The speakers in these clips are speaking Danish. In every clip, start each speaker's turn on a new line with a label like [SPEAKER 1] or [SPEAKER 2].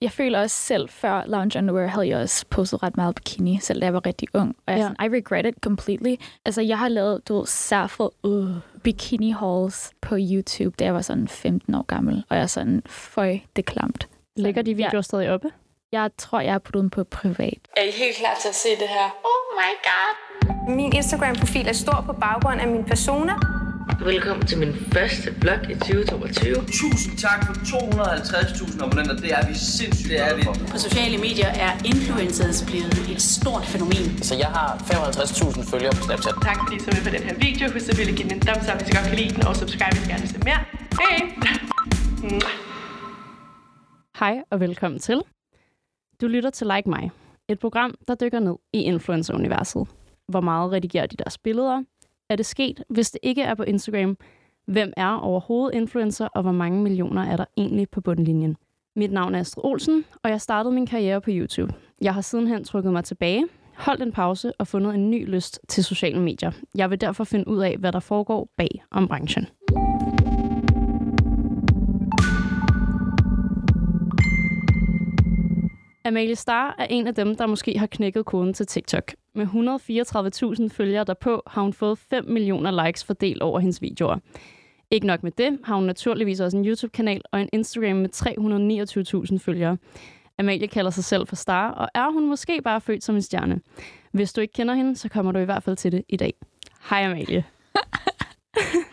[SPEAKER 1] jeg føler også selv, før Lounge Underwear havde jeg også postet ret meget bikini, selv da jeg var rigtig ung. Og jeg, ja. sådan, I regret it completely. Altså, jeg har lavet, du ved, særful uh, bikini hauls på YouTube, da jeg var sådan 15 år gammel. Og jeg er sådan, føj, det er klamt.
[SPEAKER 2] Ligger de videoer ja. stadig oppe?
[SPEAKER 1] Jeg tror, jeg har puttet dem på privat.
[SPEAKER 3] Er I helt klar til at se det her?
[SPEAKER 4] Oh my god.
[SPEAKER 5] Min Instagram-profil er stor på baggrund af min persona.
[SPEAKER 6] Velkommen til min første vlog i 2022.
[SPEAKER 7] Tusind tak for 250.000 abonnenter. Det er vi sindssygt det er vi.
[SPEAKER 8] På sociale medier er influencers blevet et stort fænomen.
[SPEAKER 9] Så jeg har 55.000 følgere på Snapchat.
[SPEAKER 10] Tak fordi I så med på den her video. Husk at ville give den en thumbs up, hvis I godt kan lide den, og subscribe, hvis I gerne vil se mere. Hej!
[SPEAKER 2] Hej og velkommen til. Du lytter til Like Mig, et program, der dykker ned i influencer-universet. Hvor meget redigerer de deres billeder? Er det sket, hvis det ikke er på Instagram? Hvem er overhovedet influencer, og hvor mange millioner er der egentlig på bundlinjen? Mit navn er Astrid Olsen, og jeg startede min karriere på YouTube. Jeg har sidenhen trukket mig tilbage, holdt en pause og fundet en ny lyst til sociale medier. Jeg vil derfor finde ud af, hvad der foregår bag om branchen. Amalie Star er en af dem, der måske har knækket koden til TikTok. Med 134.000 følgere derpå har hun fået 5 millioner likes fordelt over hendes videoer. Ikke nok med det, har hun naturligvis også en YouTube-kanal og en Instagram med 329.000 følgere. Amalie kalder sig selv for Star, og er hun måske bare født som en stjerne. Hvis du ikke kender hende, så kommer du i hvert fald til det i dag. Hej Amalie.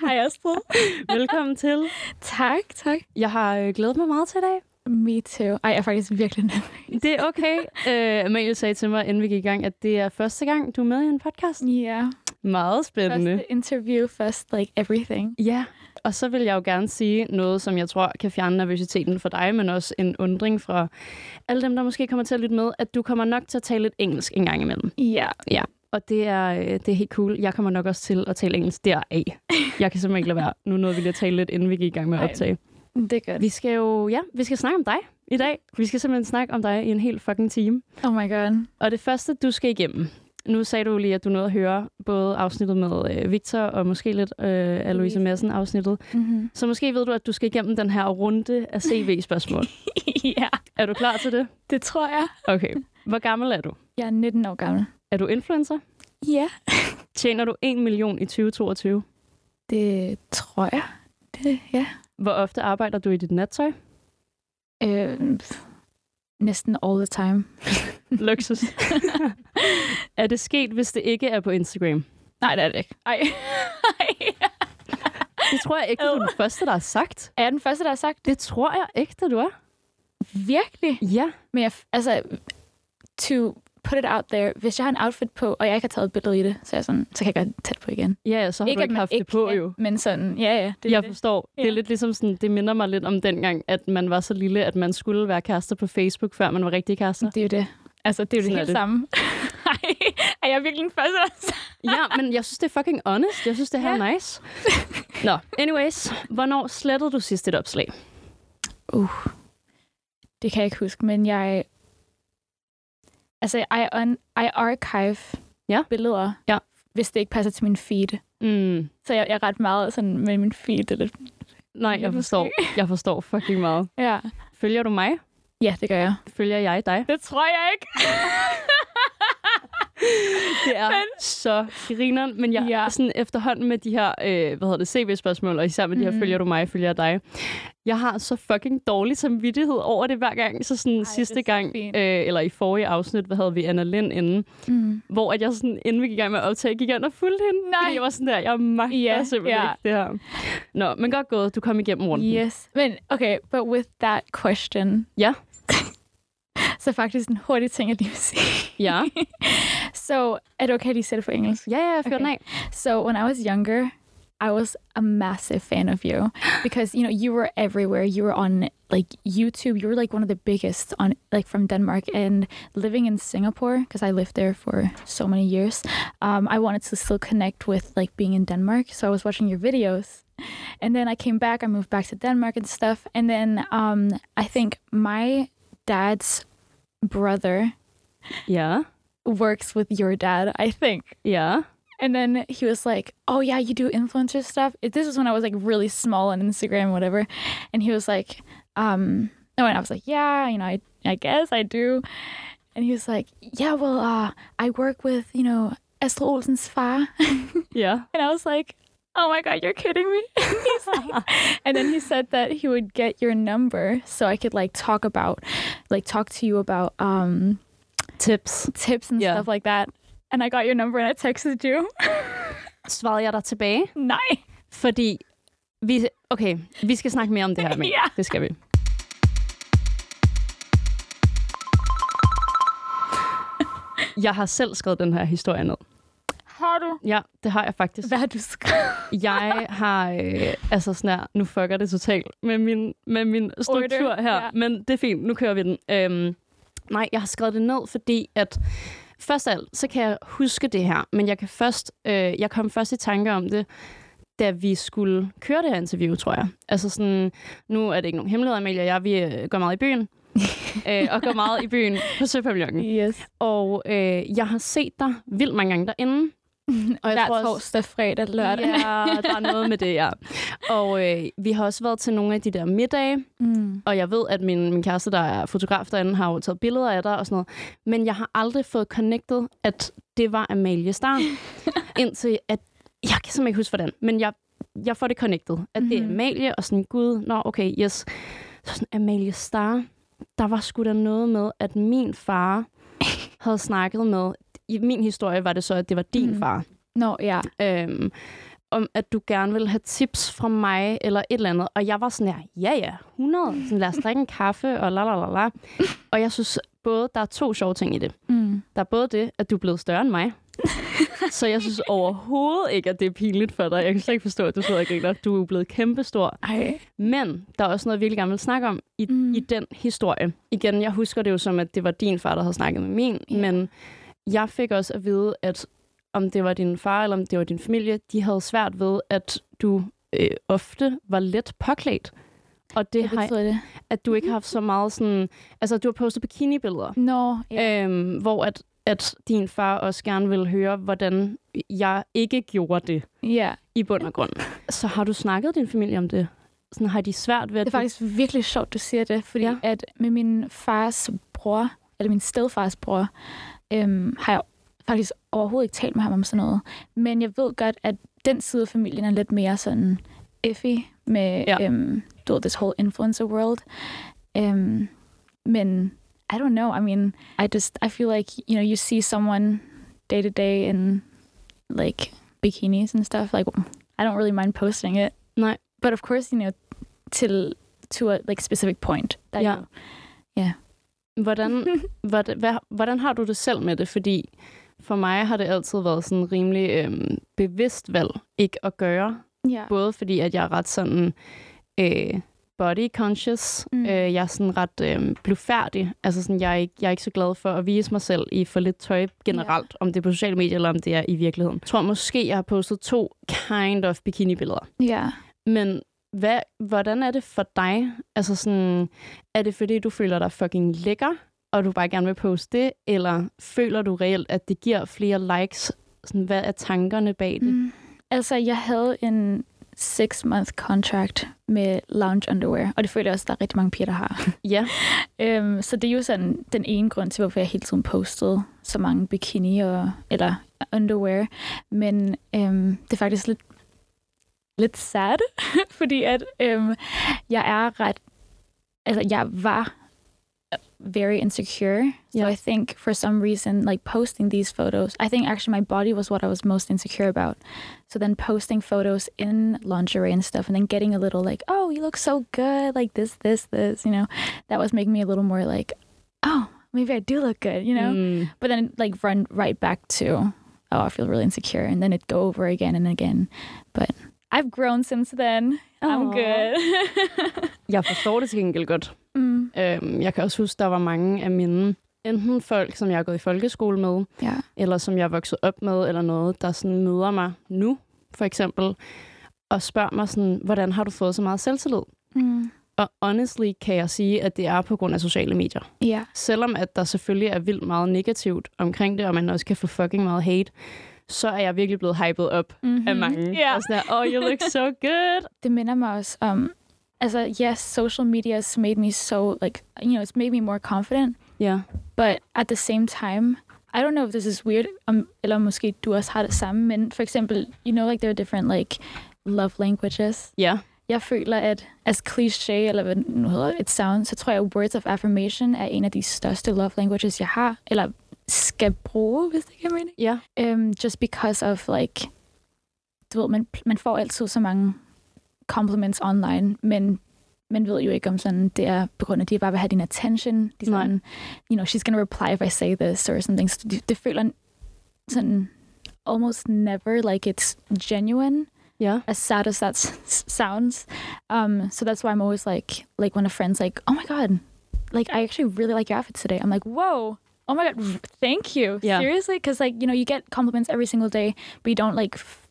[SPEAKER 1] Hej Astrid.
[SPEAKER 2] Velkommen til.
[SPEAKER 1] Tak, tak.
[SPEAKER 2] Jeg har øh, glædet mig meget til i dag.
[SPEAKER 1] Me too. Ej, jeg er faktisk virkelig nervøs.
[SPEAKER 2] Det er okay. Øh, Amalie sagde til mig, inden vi gik i gang, at det er første gang, du er med i en podcast.
[SPEAKER 1] Ja. Yeah.
[SPEAKER 2] Meget spændende.
[SPEAKER 1] Første interview, først like everything.
[SPEAKER 2] Ja, yeah. og så vil jeg jo gerne sige noget, som jeg tror kan fjerne nervøsiteten for dig, men også en undring fra alle dem, der måske kommer til at lytte med, at du kommer nok til at tale lidt engelsk en gang imellem.
[SPEAKER 1] Ja. Yeah.
[SPEAKER 2] Ja, og det er, øh, det er helt cool. Jeg kommer nok også til at tale engelsk deraf. Jeg kan simpelthen ikke lade være. Nu nåede vi lige at tale lidt, inden vi gik i gang med at optage.
[SPEAKER 1] Det er godt.
[SPEAKER 2] Vi skal jo, ja, vi skal snakke om dig i dag. Vi skal simpelthen snakke om dig i en helt fucking time.
[SPEAKER 1] Oh my god.
[SPEAKER 2] Og det første, du skal igennem, nu sagde du lige, at du nåede at høre både afsnittet med øh, Victor og måske lidt øh, af Louise Madsen afsnittet. Mm-hmm. Så måske ved du, at du skal igennem den her runde af CV-spørgsmål.
[SPEAKER 1] ja.
[SPEAKER 2] Er du klar til det?
[SPEAKER 1] Det tror jeg.
[SPEAKER 2] Okay. Hvor gammel er du?
[SPEAKER 1] Jeg er 19 år gammel.
[SPEAKER 2] Er du influencer?
[SPEAKER 1] Ja.
[SPEAKER 2] Tjener du 1 million i 2022?
[SPEAKER 1] Det tror jeg. Det, ja.
[SPEAKER 2] Hvor ofte arbejder du i dit nattøj?
[SPEAKER 1] Øh, næsten all the time.
[SPEAKER 2] Luksus. er det sket, hvis det ikke er på Instagram?
[SPEAKER 1] Nej, det er det ikke. Ej.
[SPEAKER 2] det tror jeg ikke, du er den første, der har sagt.
[SPEAKER 1] Er jeg den første, der har sagt?
[SPEAKER 2] Det tror jeg ikke, du er.
[SPEAKER 1] Virkelig?
[SPEAKER 2] Ja.
[SPEAKER 1] Men jeg, altså, to put it out there. Hvis jeg har en outfit på, og jeg ikke har taget et billede i det, så, jeg sådan, så kan jeg godt tage det på igen.
[SPEAKER 2] Ja, ja, så har ikke, du ikke haft ikke det på kan, jo.
[SPEAKER 1] Men sådan, ja, ja.
[SPEAKER 2] Det, jeg det. forstår. Ja. Det er lidt ligesom sådan, det minder mig lidt om dengang, at man var så lille, at man skulle være kærester på Facebook, før man var rigtig kærester.
[SPEAKER 1] Det er jo det. Altså, det er jo sådan det helt det. samme. Ej, er jeg virkelig den første, der
[SPEAKER 2] Ja, men jeg synes, det er fucking honest. Jeg synes, det her ja. er nice. Nå, anyways. Hvornår slettede du sidst et opslag?
[SPEAKER 1] Uh, det kan jeg ikke huske, men jeg altså I, un, I archive ja. billeder,
[SPEAKER 2] ja.
[SPEAKER 1] hvis det ikke passer til min feed.
[SPEAKER 2] Mm.
[SPEAKER 1] Så jeg, jeg er ret meget sådan med min feed. Det er lidt,
[SPEAKER 2] Nej, jeg forstår. jeg forstår fucking meget.
[SPEAKER 1] Ja.
[SPEAKER 2] Følger du mig?
[SPEAKER 1] Ja, det gør jeg.
[SPEAKER 2] Følger jeg dig?
[SPEAKER 1] Det tror jeg ikke.
[SPEAKER 2] det er men... så grineren, men jeg ja. sådan efterhånden med de her, øh, hvad hedder det, CV-spørgsmål, og især med mm. de her, følger du mig, følger jeg dig. Jeg har så fucking dårlig samvittighed over det hver gang, så sådan Ej, sidste så gang, fint. øh, eller i forrige afsnit, hvad havde vi, Anna Lind inden, mm. hvor at jeg sådan, inden vi gik i gang med at optage, gik ind og fulgte hende,
[SPEAKER 1] Nej.
[SPEAKER 2] fordi jeg var sådan der, jeg magter yeah, simpelthen yeah. ikke det her. Nå, men godt gået, du kom igennem runden.
[SPEAKER 1] Yes, men okay, but with that question.
[SPEAKER 2] Ja.
[SPEAKER 1] så faktisk en hurtig ting, jeg lige vil sige.
[SPEAKER 2] Ja.
[SPEAKER 1] So, er det okay, at I sætter på engelsk?
[SPEAKER 2] Yeah, yeah, fyr okay. den
[SPEAKER 1] So, when I was younger, I was a massive fan of you because, you know, you were everywhere. You were on, like, YouTube. You were, like, one of the biggest on, like, from Denmark. And living in Singapore, because I lived there for so many years, um, I wanted to still connect with, like, being in Denmark. So I was watching your videos. And then I came back. I moved back to Denmark and stuff. And then um, I think my dad's brother...
[SPEAKER 2] Yeah
[SPEAKER 1] works with your dad, I think.
[SPEAKER 2] Yeah.
[SPEAKER 1] And then he was like, "Oh yeah, you do influencer stuff." This was when I was like really small on Instagram, whatever. And he was like, um, "No," and I was like, "Yeah, you know, I I guess I do. And he was like, yeah, well, uh, I work with, you know, Esther Olsen's far.
[SPEAKER 2] Yeah.
[SPEAKER 1] And I was like, oh my God, you're kidding me. He's like- and then he said that he would get your number so I could like talk about, like talk to you about um,
[SPEAKER 2] Tips.
[SPEAKER 1] tips and
[SPEAKER 2] Yeah.
[SPEAKER 1] stuff like that. And I got your number and I texted you.
[SPEAKER 2] Svarede jeg dig tilbage?
[SPEAKER 1] Nej.
[SPEAKER 2] Fordi vi... Okay, vi skal snakke mere om det her, men
[SPEAKER 1] Ja.
[SPEAKER 2] det skal vi. Jeg har selv skrevet den her historie ned.
[SPEAKER 1] Har du?
[SPEAKER 2] Ja, det har jeg faktisk.
[SPEAKER 1] Hvad har du skrevet?
[SPEAKER 2] Jeg har... Øh, altså sådan her, nu fucker det totalt med min, med min struktur
[SPEAKER 1] Order,
[SPEAKER 2] her.
[SPEAKER 1] ja.
[SPEAKER 2] Men det er fint, nu kører vi den. Øhm, nej, jeg har skrevet det ned, fordi at... Først af alt, så kan jeg huske det her, men jeg kan først, øh, jeg kom først i tanke om det, da vi skulle køre det her interview, tror jeg. Altså sådan, nu er det ikke nogen hemmelighed, Amalie og jeg, vi øh, går meget i byen. øh, og går meget i byen på Søpavillonen.
[SPEAKER 1] Yes.
[SPEAKER 2] Og øh, jeg har set dig vildt mange gange derinde. Og jeg
[SPEAKER 1] Hver
[SPEAKER 2] tror også-
[SPEAKER 1] torsdag, fredag, lørdag.
[SPEAKER 2] Ja, der er noget med det, ja. Og øh, vi har også været til nogle af de der middage,
[SPEAKER 1] Mm.
[SPEAKER 2] og jeg ved, at min, min kæreste, der er fotograf derinde, har jo taget billeder af dig og sådan noget. Men jeg har aldrig fået connected, at det var Amalie Star, indtil at, jeg kan simpelthen ikke huske, hvordan, men jeg, jeg får det connected, at mm-hmm. det er
[SPEAKER 1] Mhm.
[SPEAKER 2] Amalie, og sådan, gud, nå, okay, yes. Så sådan, Amalie Star, der var sgu da noget med, at min far havde snakket med, i min historie var det så, at det var din
[SPEAKER 1] Mhm.
[SPEAKER 2] mm. far
[SPEAKER 1] Nå, ja.
[SPEAKER 2] øhm, om, at du gerne ville have tips fra mig eller et eller andet. Og jeg var sådan her, ja ja, 100. Sådan, lad os drikke en kaffe og la la la la. Og jeg synes både, der er to sjove ting i det.
[SPEAKER 1] Mm.
[SPEAKER 2] Der er både det, at du er blevet større end mig. Så jeg synes overhovedet ikke, at det er pinligt for dig. Jeg kan slet ikke forstå, at du sidder og griner. Du er jo blevet kæmpestor.
[SPEAKER 1] Ej.
[SPEAKER 2] Men der er også noget, jeg virkelig gerne vil snakke om i,
[SPEAKER 1] Mm.
[SPEAKER 2] mm. i den historie. Igen, jeg husker det jo som, at det var din far, der havde snakket med min,
[SPEAKER 1] Ja.
[SPEAKER 2] yeah. men jeg fik også at vide, at om det var din far eller om det var din familie, de havde svært ved, at du øh, ofte var let påklædt. Og det
[SPEAKER 1] Hvad
[SPEAKER 2] har,
[SPEAKER 1] betyder Mhm. det?
[SPEAKER 2] at du ikke har haft så meget sådan... Altså, at du har postet bikini-billeder,
[SPEAKER 1] Nå, ja.
[SPEAKER 2] yeah. øhm, hvor at, at din far også gerne ville høre, hvordan jeg ikke gjorde det
[SPEAKER 1] Øh, ja.
[SPEAKER 2] i bund og grund. Så har du snakket din familie om det? Sådan, har de svært ved, at
[SPEAKER 1] Det er faktisk virkelig sjovt, du siger det, fordi ja.
[SPEAKER 2] Ja.
[SPEAKER 1] at med min fars bror, eller min stedfars bror, øhm, har jeg faktisk overhovedet ikke talt med ham om sådan noget. Men jeg ved godt, at den side af familien er lidt mere sådan effig med, ja.
[SPEAKER 2] Ja.
[SPEAKER 1] øhm, du ved, this whole influencer world. Øhm, men I don't know, I mean, I just, I feel like, you know, you see someone day to day in like bikinis and stuff, like I don't really mind posting it.
[SPEAKER 2] Nej.
[SPEAKER 1] But of course, you know, till to a like specific point. That
[SPEAKER 2] Ja.
[SPEAKER 1] you-
[SPEAKER 2] Hvordan, hvordan, hvad, hvordan har du det selv med det? Fordi for mig har det altid været sådan rimelig øhm, bevidst valg ikke at gøre.
[SPEAKER 1] ja.
[SPEAKER 2] Både fordi, at jeg er ret sådan øh, body conscious.
[SPEAKER 1] Mm.
[SPEAKER 2] Mm. Øh, jeg er sådan ret øh, blufærdig. Altså sådan, jeg, er ikke, jeg er ikke så glad for at vise mig selv i for lidt tøj generelt. Om det er på sociale medier, eller om det er i virkeligheden. Jeg tror måske, jeg har postet to kind of bikini-billeder.
[SPEAKER 1] Ja.
[SPEAKER 2] Men hvad, hvordan er det for dig? Altså sådan, er det fordi, du føler dig fucking lækker, og du bare gerne vil poste det? Eller føler du reelt, at det giver flere likes? Sådan, hvad er tankerne bag det? Mm.
[SPEAKER 1] Mm. Altså, jeg havde en six month contract med lounge underwear, og det føler jeg også, at der er rigtig mange piger, der har.
[SPEAKER 2] Ja,
[SPEAKER 1] øhm, så det er jo sådan den ene grund til, hvorfor jeg hele tiden postede så mange bikini og, eller underwear. Men øhm, det er faktisk lidt, lidt sad, fordi at øhm, jeg er ret, altså jeg var uh, very insecure. So
[SPEAKER 2] Ja.
[SPEAKER 1] I think for some reason, like posting these photos, I think actually my body was what I was most insecure about. So then posting photos in lingerie and stuff, and then getting a little like, oh, you look so good, like this, this, this, you know, that was making me a little more like, oh, maybe I do look good, you know?
[SPEAKER 2] mm.
[SPEAKER 1] But then like run right back to, oh, I feel really insecure. And then it go over again and again. But I've grown since then. I'm
[SPEAKER 2] Aw.
[SPEAKER 1] good.
[SPEAKER 2] jeg forstår det til gengæld godt.
[SPEAKER 1] mm.
[SPEAKER 2] Øhm, jeg kan også huske, der var mange af mine enten folk, som jeg har gået i folkeskole med,
[SPEAKER 1] Ja.
[SPEAKER 2] eller som jeg er vokset op med, eller noget, der sådan møder mig nu, for eksempel, og spørger mig sådan, hvordan har du fået så meget selvtillid?
[SPEAKER 1] Mm.
[SPEAKER 2] Og honestly kan jeg sige, at det er på grund af sociale medier.
[SPEAKER 1] Ja.
[SPEAKER 2] Selvom at der selvfølgelig er vildt meget negativt omkring det, og man også kan få fucking meget hate, så er jeg virkelig blevet hypet op mm-hmm. af mange.
[SPEAKER 1] Mhm. Ja.
[SPEAKER 2] Og sådan der, oh, you look so good.
[SPEAKER 1] Det minder mig også om, Also, yes, social media has made me so like you know, it's made me more confident,
[SPEAKER 2] Ja.
[SPEAKER 1] but at the same time, I don't know if this is weird, um, eller måske du også har det samme, men for eksempel, you know, like there are different like love languages.
[SPEAKER 2] Ja.
[SPEAKER 1] Jeg føler, at as cliché, eller hvad det nu hedder, it sounds, så tror jeg, at words of affirmation er en af de største love languages, jeg har, eller skal bruge, hvis det kan mening.
[SPEAKER 2] Ja.
[SPEAKER 1] Um, just because of like, du ved, man, man får altid så mange compliments online, men man ved jo ikke om sådan, det er på grund af, at de bare vil have din attention. De er
[SPEAKER 2] Nej.
[SPEAKER 1] sådan, you know, she's gonna reply if I say this or something. Så det, det føler sådan almost never like it's genuine
[SPEAKER 2] Ja.
[SPEAKER 1] as sad as that s- s- sounds. Um, so that's why I'm always like, like when a friend's like, oh my God, like I actually really like your outfits today. I'm like, whoa, oh my God, r- thank you.
[SPEAKER 2] Yeah.
[SPEAKER 1] Seriously? Because like, you know, you get compliments every single day, but you don't like f-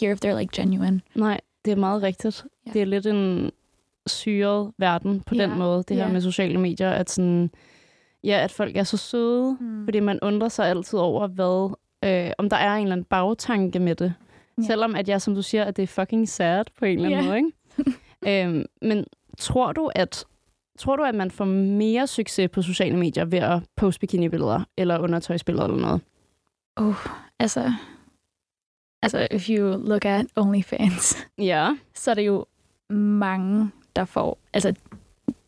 [SPEAKER 1] hear if they're like genuine.
[SPEAKER 2] Nej, det er meget rigtigt.
[SPEAKER 1] Ja.
[SPEAKER 2] Det er lidt en syret verden på
[SPEAKER 1] Ja,
[SPEAKER 2] den måde, det her
[SPEAKER 1] ja.
[SPEAKER 2] med sociale medier, at sådan, ja, at folk er så søde, mm. fordi man undrer sig altid over, hvad, øh, om der er en eller anden bagtanke med det.
[SPEAKER 1] Ja.
[SPEAKER 2] Selvom at jeg, som du siger, at det er fucking sad på en eller anden
[SPEAKER 1] Ja.
[SPEAKER 2] måde, ikke? øhm, men tror du, at Tror du, at man får mere succes på sociale medier ved at poste bikinibilleder eller undertøjsbilleder eller noget?
[SPEAKER 1] Altså, altså, if you look at OnlyFans,
[SPEAKER 2] Ja.
[SPEAKER 1] så er det jo mange, der får, altså,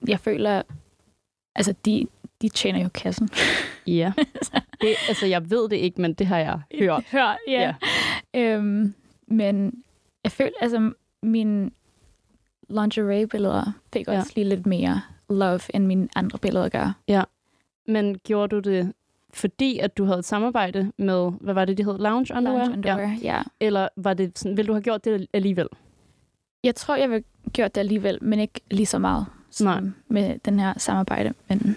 [SPEAKER 1] jeg føler, altså, de, de tjener jo kassen.
[SPEAKER 2] Ja. Det, altså, jeg ved det ikke, men det har jeg hørt.
[SPEAKER 1] Hør, ja. Yeah. Øhm, men jeg følte, altså mine lingerie-billeder fik
[SPEAKER 2] Ja.
[SPEAKER 1] også lige lidt mere love, end mine andre billeder gør.
[SPEAKER 2] Men gjorde du det, fordi at du havde et samarbejde med, hvad var det, de hed? Lounge Underwear?
[SPEAKER 1] Lounge underwear,
[SPEAKER 2] Ja.
[SPEAKER 1] ja. ja.
[SPEAKER 2] Eller var det sådan, ville du have gjort det alligevel?
[SPEAKER 1] Jeg tror, jeg ville gjort det alligevel, men ikke lige så meget som
[SPEAKER 2] Nej.
[SPEAKER 1] med den her samarbejde. Men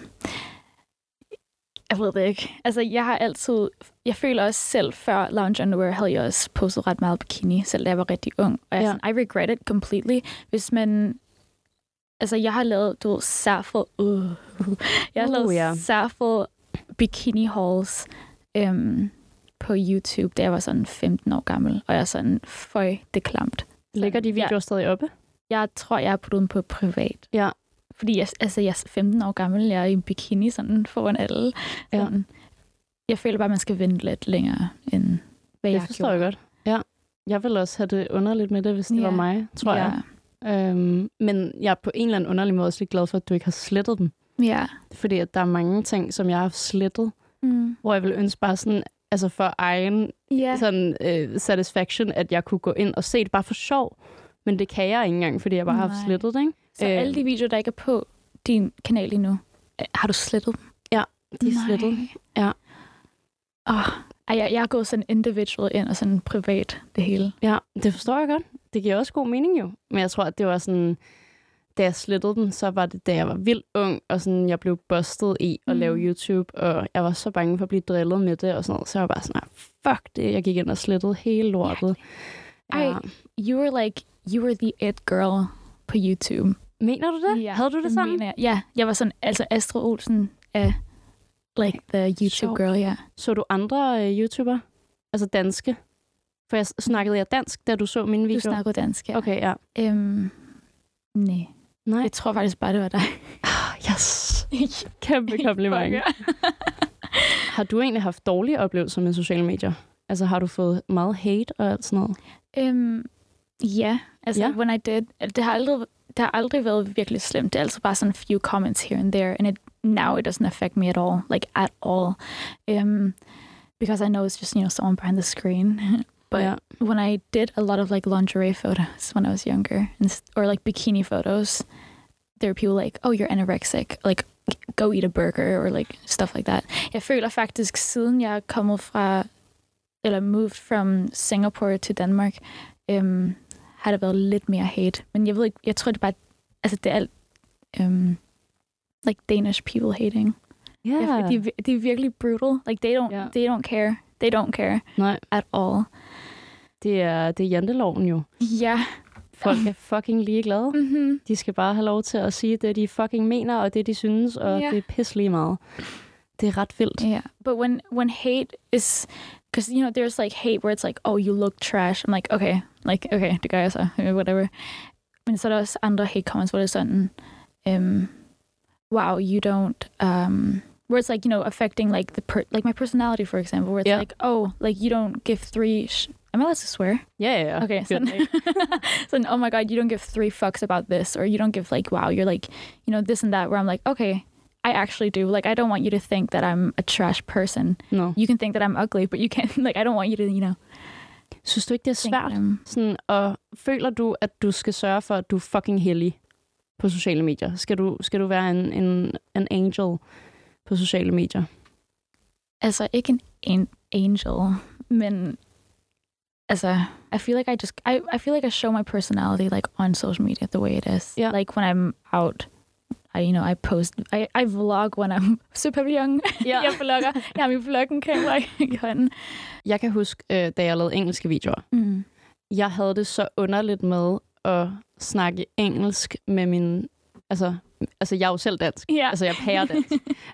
[SPEAKER 1] jeg ved det ikke. Altså, jeg har altid... Jeg føler også selv, før Lounge Underwear havde jeg også postet ret meget bikini, selv da jeg var rigtig ung. Og jeg,
[SPEAKER 2] Ja.
[SPEAKER 1] ja. sådan, I regret it completely. Hvis man... Altså, jeg har lavet, du ved, særful... Uh, jeg har
[SPEAKER 2] Uh,
[SPEAKER 1] lavet
[SPEAKER 2] ja.
[SPEAKER 1] særful bikini hauls øhm, på YouTube, da jeg var sådan 15 år gammel. Og jeg er sådan, føj, det er klamt.
[SPEAKER 2] Ligger de
[SPEAKER 1] Sådan, ja.
[SPEAKER 2] videoer ja. stadig oppe?
[SPEAKER 1] Jeg tror, jeg har puttet dem på privat.
[SPEAKER 2] Ja.
[SPEAKER 1] Fordi jeg, altså, jeg er 15 år gammel, jeg er i en bikini sådan foran alle.
[SPEAKER 2] Ja.
[SPEAKER 1] Sådan. Jeg føler bare, at man skal vente lidt længere, end hvad
[SPEAKER 2] Det
[SPEAKER 1] jeg
[SPEAKER 2] forstår jeg
[SPEAKER 1] gjorde.
[SPEAKER 2] godt. Ja. Jeg ville også have det underligt med det, hvis det
[SPEAKER 1] Ja.
[SPEAKER 2] var mig, tror ja. jeg. Øhm, men jeg er på en eller anden underlig måde også lidt glad for, at du ikke har slettet dem.
[SPEAKER 1] Ja.
[SPEAKER 2] Fordi at der er mange ting, som jeg har haft slettet,
[SPEAKER 1] Mm.
[SPEAKER 2] hvor jeg ville ønske bare sådan, altså for egen
[SPEAKER 1] Ja.
[SPEAKER 2] sådan, øh, satisfaction, at jeg kunne gå ind og se det bare for sjov. Men det kan jeg ikke engang, fordi jeg bare har haft
[SPEAKER 1] Nej.
[SPEAKER 2] slettet det, ikke?
[SPEAKER 1] Så
[SPEAKER 2] øh,
[SPEAKER 1] alle de videoer, der ikke er på din kanal endnu, øh, har du slettet dem?
[SPEAKER 2] De er
[SPEAKER 1] Nej.
[SPEAKER 2] slettet. Ja.
[SPEAKER 1] Åh, Ej, jeg, jeg er gået sådan individual ind og sådan privat det hele.
[SPEAKER 2] Ja, det forstår jeg godt. Det giver også god mening jo. Men jeg tror, at det var sådan, da jeg slettede den, så var det, da jeg var vildt ung, og sådan, jeg blev bustet i at
[SPEAKER 1] Mm.
[SPEAKER 2] lave YouTube, og jeg var så bange for at blive drillet med det og sådan noget. Så jeg var bare sådan, "Ah, fuck det, jeg gik ind og slettede hele lortet.
[SPEAKER 1] Ej. You were like, you were the it girl på YouTube.
[SPEAKER 2] Mener du det? Havde du det sådan?
[SPEAKER 1] mener jeg. Ja, jeg var sådan, altså Astrid Olsen af like the YouTube
[SPEAKER 2] Sjovt.
[SPEAKER 1] girl, ja.
[SPEAKER 2] Så du andre øh, YouTuber? Altså danske? For jeg snakkede jeg dansk, da du så mine
[SPEAKER 1] Du
[SPEAKER 2] videoer?
[SPEAKER 1] snakker dansk, ja.
[SPEAKER 2] Okay, ja.
[SPEAKER 1] Øhm, nej.
[SPEAKER 2] Nej.
[SPEAKER 1] Jeg tror faktisk bare, det var dig.
[SPEAKER 2] Yes. Kæmpe kompliment.
[SPEAKER 1] Fuck,
[SPEAKER 2] Har du egentlig haft dårlige oplevelser med sociale medier? Altså har du fået meget hate og alt sådan noget?
[SPEAKER 1] ja. Øhm, ja, altså
[SPEAKER 2] Ja.
[SPEAKER 1] yeah. when I did, det har, aldrig, det har aldrig været virkelig slemt. Det er altså bare sådan few comments here and there, and it, now it doesn't affect me at all, like at all. Um, because I know it's just, you know, someone behind the screen. But
[SPEAKER 2] ja.
[SPEAKER 1] when I did a lot of like lingerie photos when I was younger, and, s- or like bikini photos, there were people like, "Oh, you're anorexic," like "Go eat a burger" or like stuff like that. Jeg føler faktisk siden jeg er kommet fra eller moved from Singapore to Danmark, um, har der været lidt mere hate. Men jeg ved ikke, jeg tror det er bare, altså det er alt, um, like Danish people hating. Yeah.
[SPEAKER 2] Yeah.
[SPEAKER 1] De, er vi- de er virkelig brutal. Like they don't,
[SPEAKER 2] Ja.
[SPEAKER 1] they don't care. They don't care
[SPEAKER 2] Nej,
[SPEAKER 1] at all.
[SPEAKER 2] det er, det er janteloven jo.
[SPEAKER 1] Ja. Yeah.
[SPEAKER 2] Folk er fucking ligeglade.
[SPEAKER 1] Mm-hmm.
[SPEAKER 2] De skal bare have lov til at sige det, de fucking mener, og det, de synes, og
[SPEAKER 1] Ja.
[SPEAKER 2] det er pis lige meget. Det er ret vildt.
[SPEAKER 1] Yeah, but when when hate is because you know there's like hate where it's like oh you look trash. I'm like okay, like okay, the guys are eh, whatever. Men så er der også andre hate comments, hvor det er sådan, um, wow, you don't, um, where it's like, you know, affecting like the per- like my personality, for example, where it's
[SPEAKER 2] Yeah.
[SPEAKER 1] like, oh, like you don't give three, sh- am I allowed to swear?
[SPEAKER 2] Ja, ja, ja.
[SPEAKER 1] Okay,
[SPEAKER 2] Good.
[SPEAKER 1] sådan, sådan, oh my god, you don't give three fucks about this, or you don't give like, wow, you're like, you know, this and that, where I'm like, okay, I actually do. Like, I don't want you to think that I'm a trash person.
[SPEAKER 2] Nå.
[SPEAKER 1] You can think that I'm ugly, but you can't, like, I don't want you to, you know,
[SPEAKER 2] Synes du ikke, det er
[SPEAKER 1] think that
[SPEAKER 2] svært?
[SPEAKER 1] I'm,
[SPEAKER 2] Sådan, og føler du, at du skal sørge for, at du er fucking heldig på sociale medier? Skal du, skal du være en, en, en angel på sociale medier?
[SPEAKER 1] altså, ikke en, an- angel, men, altså, I feel like I just, I, I feel like I show my personality, like, on social media the way it is.
[SPEAKER 2] Yeah.
[SPEAKER 1] Like, when I'm out, I, you know, I post, I, I vlog when I'm super young.
[SPEAKER 2] Ja.
[SPEAKER 1] Jeg vlogger. Jeg har min vloggen kamera i hånden.
[SPEAKER 2] Jeg kan huske, øh, da jeg lavede engelske videoer,
[SPEAKER 1] Mm.
[SPEAKER 2] jeg havde det så underligt med at snakke engelsk med min... Altså, altså jeg er jo selv dansk.
[SPEAKER 1] Ja.
[SPEAKER 2] Altså, jeg pærer dansk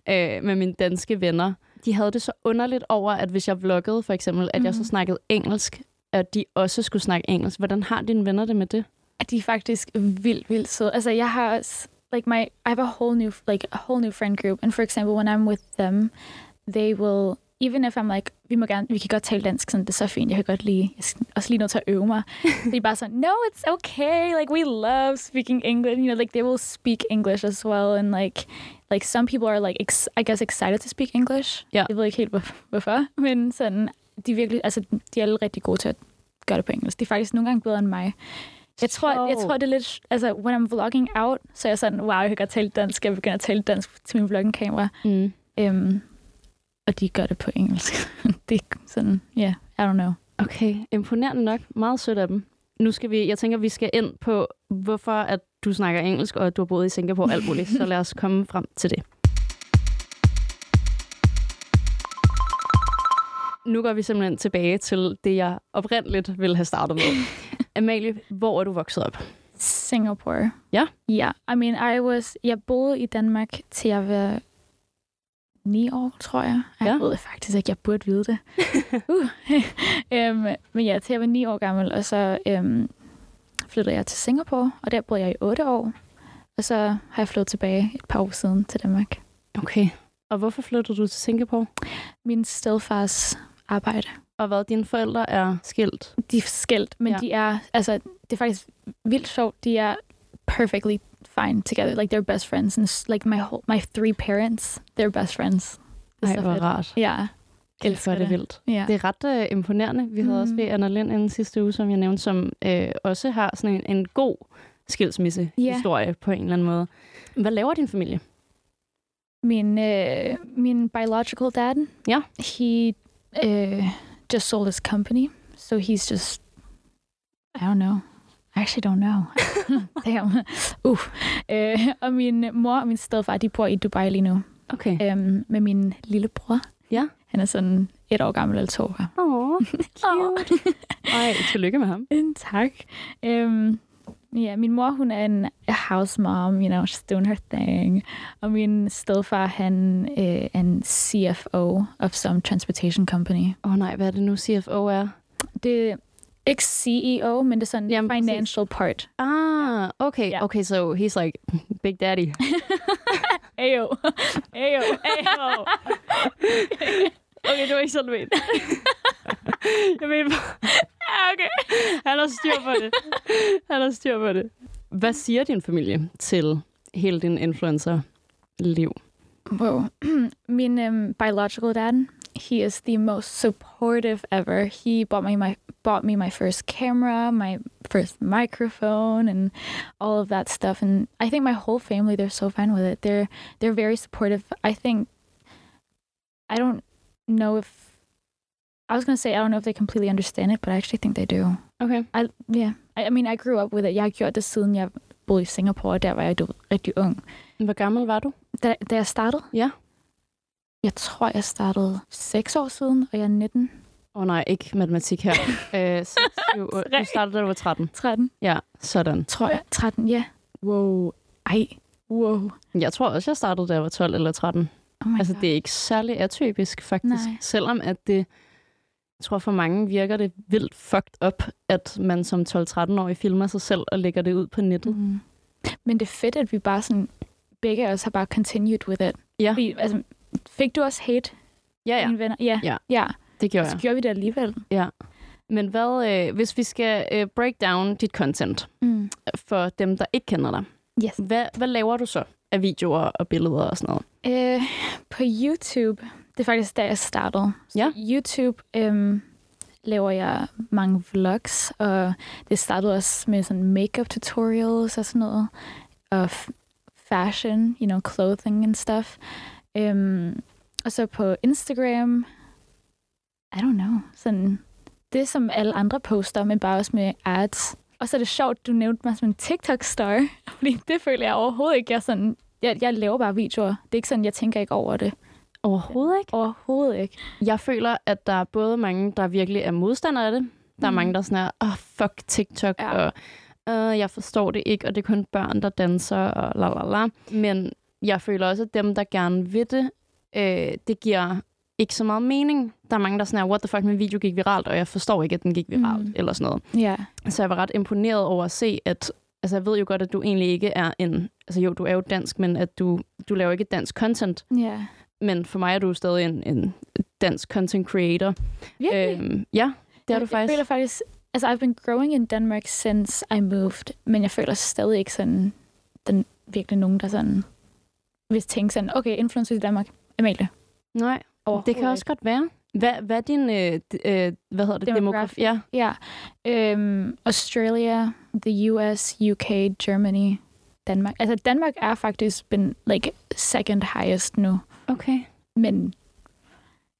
[SPEAKER 2] øh, med mine danske venner. De havde det så underligt over, at hvis jeg vloggede, for eksempel, at mm. jeg så
[SPEAKER 1] Mhm.
[SPEAKER 2] snakkede engelsk, at de også skulle snakke engelsk. Hvordan har dine venner det med det?
[SPEAKER 1] at de er faktisk vildt, vildt søde. Altså, jeg har også, like my, I have a whole new, like a whole new friend group. And for example, when I'm with them, they will, even if I'm like, vi, må gerne, vi kan godt tale dansk, sådan, det er så fint, jeg kan godt lige, jeg skal også lige nødt til at øve mig. Så de er bare sådan, no, it's okay, like we love speaking English, you know, like they will speak English as well, and like, like some people are like, ex, I guess excited to speak English.
[SPEAKER 2] Ja.
[SPEAKER 1] Jeg ved ikke helt, hvor- hvorfor, men sådan, de er virkelig, altså, de er alle rigtig gode til at gøre det på engelsk. De er faktisk nogle gange bedre end mig. Jeg tror, jeg
[SPEAKER 2] Sjovt.
[SPEAKER 1] tror, det er lidt... Altså, when I'm vlogging out, så er jeg sådan, wow, jeg kan godt tale dansk. Jeg begynder at tale dansk til min vlogging-kamera.
[SPEAKER 2] Mm.
[SPEAKER 1] Øhm, og de gør det på engelsk. det er sådan, ja, yeah, I don't know.
[SPEAKER 2] Okay, imponerende nok. Meget sødt af dem. Nu skal vi, jeg tænker, vi skal ind på, hvorfor at du snakker engelsk, og at du har boet i Singapore og alt muligt. Så lad os komme frem til det. Nu går vi simpelthen tilbage til det, jeg oprindeligt ville have startet med. Amalie, hvor er du vokset op?
[SPEAKER 1] Singapore.
[SPEAKER 2] Ja.
[SPEAKER 1] Ja, I mean, I was... Jeg boede i Danmark til jeg var 9 år, tror jeg. Jeg
[SPEAKER 2] Ja.
[SPEAKER 1] ved det faktisk ikke, jeg burde vide det. uh. øhm, men ja, til jeg var 9 år gammel, og så øhm, flyttede jeg til Singapore, og der boede jeg i 8 år. Og så har jeg flyttet tilbage et par år siden til Danmark.
[SPEAKER 2] Okay. Og hvorfor flyttede du til Singapore?
[SPEAKER 1] Min stedfars arbejde.
[SPEAKER 2] Og hvad, dine forældre er skilt?
[SPEAKER 1] De er skilt, men
[SPEAKER 2] Ja.
[SPEAKER 1] ja. de er... Altså, det er faktisk vildt sjovt. De er perfectly fine together. Like, they're best friends. And, s- like, my, whole, my three parents, they're best friends. Det er
[SPEAKER 2] Ej,
[SPEAKER 1] så
[SPEAKER 2] hvor
[SPEAKER 1] fedt.
[SPEAKER 2] rart.
[SPEAKER 1] Ja.
[SPEAKER 2] Elsker det vildt.
[SPEAKER 1] Ja.
[SPEAKER 2] Det er ret øh, imponerende. Vi havde mm. også
[SPEAKER 1] Mhm.
[SPEAKER 2] ved Anna Lind inden sidste uge, som jeg nævnte, som øh, også har sådan en, en god skilsmissehistorie på en eller anden måde. Hvad laver din familie?
[SPEAKER 1] Min, øh, min biological dad,
[SPEAKER 2] Ja.
[SPEAKER 1] he øh, just sold his company. So he's just, I don't know. I actually don't know. Damn. Uh. Øh, og min mor og min stedfar, de bor i Dubai lige nu.
[SPEAKER 2] Okay.
[SPEAKER 1] Øhm, med min lillebror.
[SPEAKER 2] Ja.
[SPEAKER 1] Han er sådan et år gammel eller to år.
[SPEAKER 2] Åh, cute. Ej, tillykke med ham.
[SPEAKER 1] En Mm, tak. Øhm, ja, min mor, hun er en house mom, you know, she's doing her thing. Og min stedfar, han øh, er en CFO of some transportation company.
[SPEAKER 2] Åh oh, nej, hvad er det nu, CFO er?
[SPEAKER 1] Det er ikke CEO, men det er sådan
[SPEAKER 2] Jamen,
[SPEAKER 1] Jamen,
[SPEAKER 2] præcis.
[SPEAKER 1] financial præcis. part.
[SPEAKER 2] Ah, okay.
[SPEAKER 1] Ja.
[SPEAKER 2] Okay, so he's like Big Daddy.
[SPEAKER 1] Ayo, ayo, ayo.
[SPEAKER 2] Okay, det var ikke sådan, du mente. jeg mente bare...
[SPEAKER 1] Ah,
[SPEAKER 2] Ja, okay. Han har styr på det. Han har styr på det. Hvad siger din familie til hele din influencer-liv?
[SPEAKER 1] Whoa. Min um, biological dad, he is the most supportive ever. He bought me my bought me my first camera, my first microphone, and all of that stuff. And I think my whole family they're so fine with it. They're they're very supportive. I think I don't know if I was gonna say I don't know if they completely understand it, but I actually think they do.
[SPEAKER 2] Okay.
[SPEAKER 1] I yeah. I, I mean I grew up with it. Jeg har gjort det siden jeg boede i Singapore, og der var jeg du- rigtig ung.
[SPEAKER 2] Hvor gammel var du?
[SPEAKER 1] Da, da jeg startede?
[SPEAKER 2] Ja.
[SPEAKER 1] Jeg tror, jeg startede 6 år siden, og jeg er 19.
[SPEAKER 2] Åh oh, nej, ikke matematik her. øh, 6, 7, 8. Du startede, da du var 13.
[SPEAKER 1] 13?
[SPEAKER 2] Ja, sådan.
[SPEAKER 1] Tror jeg. 13, ja.
[SPEAKER 2] Wow.
[SPEAKER 1] Ej, wow.
[SPEAKER 2] Jeg tror også, jeg startede, da jeg var 12 eller 13.
[SPEAKER 1] Oh my
[SPEAKER 2] Altså,
[SPEAKER 1] God.
[SPEAKER 2] det er ikke særlig atypisk, faktisk.
[SPEAKER 1] Nej.
[SPEAKER 2] Selvom at det Jeg tror, for mange virker det vildt fucked up, at man som 12-13-årig filmer sig selv og lægger det ud på nettet.
[SPEAKER 1] Mm. Men det er fedt, at vi bare sådan, begge os har bare continued with it.
[SPEAKER 2] Ja.
[SPEAKER 1] Fordi, altså, fik du også hate,
[SPEAKER 2] Ja, ja,
[SPEAKER 1] dine venner? Ja.
[SPEAKER 2] Ja.
[SPEAKER 1] ja.
[SPEAKER 2] det gjorde
[SPEAKER 1] Så
[SPEAKER 2] jeg.
[SPEAKER 1] gjorde vi det alligevel.
[SPEAKER 2] Men hvad, øh, hvis vi skal øh, break down dit content
[SPEAKER 1] Mm.
[SPEAKER 2] for dem, der ikke kender dig,
[SPEAKER 1] Yes.
[SPEAKER 2] hvad, hvad laver du så af videoer og billeder og sådan noget?
[SPEAKER 1] Øh, på YouTube, det er faktisk der, jeg startede. Så
[SPEAKER 2] Ja.
[SPEAKER 1] YouTube øhm, laver jeg mange vlogs, og det startede også med sådan makeup tutorials og sådan noget, og f- fashion, you know, clothing and stuff. Øhm, og så på Instagram, I don't know, sådan det, som alle andre poster, men bare også med ads. Og så er det sjovt, du nævnte mig som en TikTok-star, fordi det føler jeg overhovedet ikke, jeg sådan jeg, jeg laver bare videoer. Det er ikke sådan, jeg tænker ikke over det.
[SPEAKER 2] Overhovedet ikke.
[SPEAKER 1] Overhovedet ikke.
[SPEAKER 2] Jeg føler, at der er både mange, der virkelig er modstandere af det. Der er
[SPEAKER 1] Mm.
[SPEAKER 2] mange, der sådan er, åh, oh, fuck TikTok,
[SPEAKER 1] Ja.
[SPEAKER 2] ja. og øh, jeg forstår det ikke, og det er kun børn, der danser, og la la la. Men jeg føler også, at dem, der gerne vil det, øh, det giver ikke så meget mening. Der er mange, der sådan er, what the fuck, min video gik viralt, og jeg forstår ikke, at den gik viralt,
[SPEAKER 1] Mm.
[SPEAKER 2] mm. eller sådan noget.
[SPEAKER 1] Ja.
[SPEAKER 2] Så jeg var ret imponeret over at se, at altså jeg ved jo godt, at du egentlig ikke er en... Altså jo, du er jo dansk, men at du, du laver ikke dansk content.
[SPEAKER 1] Ja.
[SPEAKER 2] Men for mig er du stadig en, en dansk content creator.
[SPEAKER 1] Virkelig.
[SPEAKER 2] Øhm, ja, det er
[SPEAKER 1] jeg,
[SPEAKER 2] du
[SPEAKER 1] Jeg
[SPEAKER 2] faktisk.
[SPEAKER 1] føler faktisk... Altså, I've been growing in Denmark since I moved, men jeg føler stadig ikke sådan, den virkelig nogen, der sådan, hvis tænke sådan, okay, influencer i Danmark, Amalie.
[SPEAKER 2] Nej, det kan også godt være. øh, Hvad, hvad er din... Øh, d- øh, hvad hedder det?
[SPEAKER 1] Demographic.
[SPEAKER 2] Demografi? Ja.
[SPEAKER 1] Ja. Øhm, Australia, the US, UK, Germany, Danmark. Altså, Danmark er faktisk been, like, second highest nu.
[SPEAKER 2] Okay.
[SPEAKER 1] Men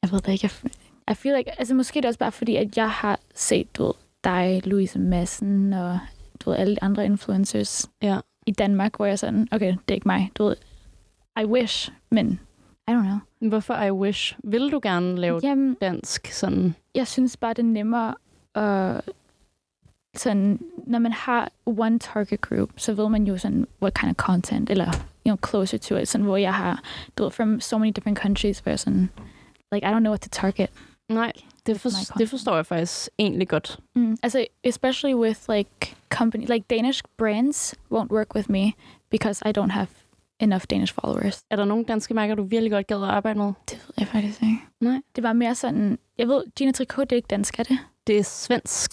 [SPEAKER 1] jeg ved det ikke. Jeg, jeg feel like, altså måske er det også bare fordi, at jeg har set, du ved, dig, Louise Madsen og du ved, alle de andre influencers
[SPEAKER 2] Ja.
[SPEAKER 1] i Danmark, hvor jeg er sådan, okay, det er ikke mig. Du ved, I wish, men I don't know.
[SPEAKER 2] Hvorfor I wish? Vil du gerne lave ja.
[SPEAKER 1] Jamen,
[SPEAKER 2] dansk sådan?
[SPEAKER 1] jeg synes bare, det er nemmere at sådan, når man har one target group, så ved man jo sådan, what kind of content, eller you know, closer to it, sådan, hvor jeg har, du ved, from so many different countries, hvor jeg sådan, like, I don't know what to target.
[SPEAKER 2] Nej, det, for,
[SPEAKER 1] my content.
[SPEAKER 2] det forstår jeg faktisk egentlig godt.
[SPEAKER 1] Mm, altså, especially with like company, like Danish brands won't work with me because I don't have enough Danish followers.
[SPEAKER 2] Er der nogle danske mærker, du virkelig godt gad at arbejde med?
[SPEAKER 1] Det ved jeg faktisk ikke.
[SPEAKER 2] Nej.
[SPEAKER 1] Det var mere sådan, jeg ved, Gina Tricot, det er ikke dansk, er det?
[SPEAKER 2] Det er svensk,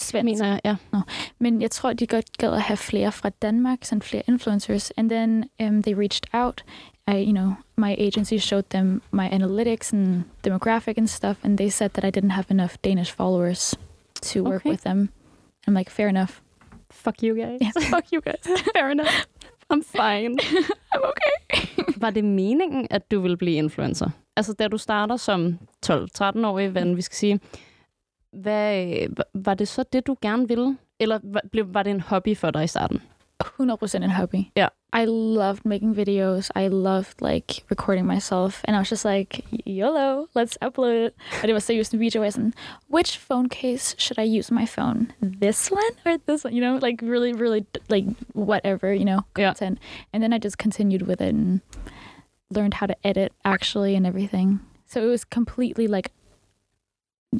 [SPEAKER 1] Svensk.
[SPEAKER 2] svensk. mener jeg. Ja.
[SPEAKER 1] Men jeg tror, de godt gad at have flere fra Danmark, sådan flere influencers. And then um, they reached out. I, you know, my agency showed them my analytics and demographic and stuff, and they said that I didn't have enough Danish followers to work
[SPEAKER 2] Okay.
[SPEAKER 1] with them. I'm like, fair enough.
[SPEAKER 2] Fuck you guys.
[SPEAKER 1] Yeah, fuck you guys.
[SPEAKER 2] Fair enough. I'm fine.
[SPEAKER 1] I'm okay.
[SPEAKER 2] Var det meningen, at du ville blive influencer? Altså, da du starter som 12-13-årig, hvad end vi skal sige, hvad, øh, hva- var det så det, du gerne ville? Eller hva- blev- var det en hobby for dig i starten?
[SPEAKER 1] 100% a hobby.
[SPEAKER 2] Yeah.
[SPEAKER 1] I loved making videos. I loved like recording myself. And I was just like, YOLO, let's upload it. Og det var seriøst en video, hvor jeg sådan, which phone case should I use my phone? This one or this one? You know, like really, really like whatever, you know,
[SPEAKER 2] Yeah.
[SPEAKER 1] content. And then I just continued with it and learned how to edit actually and everything. So it was completely like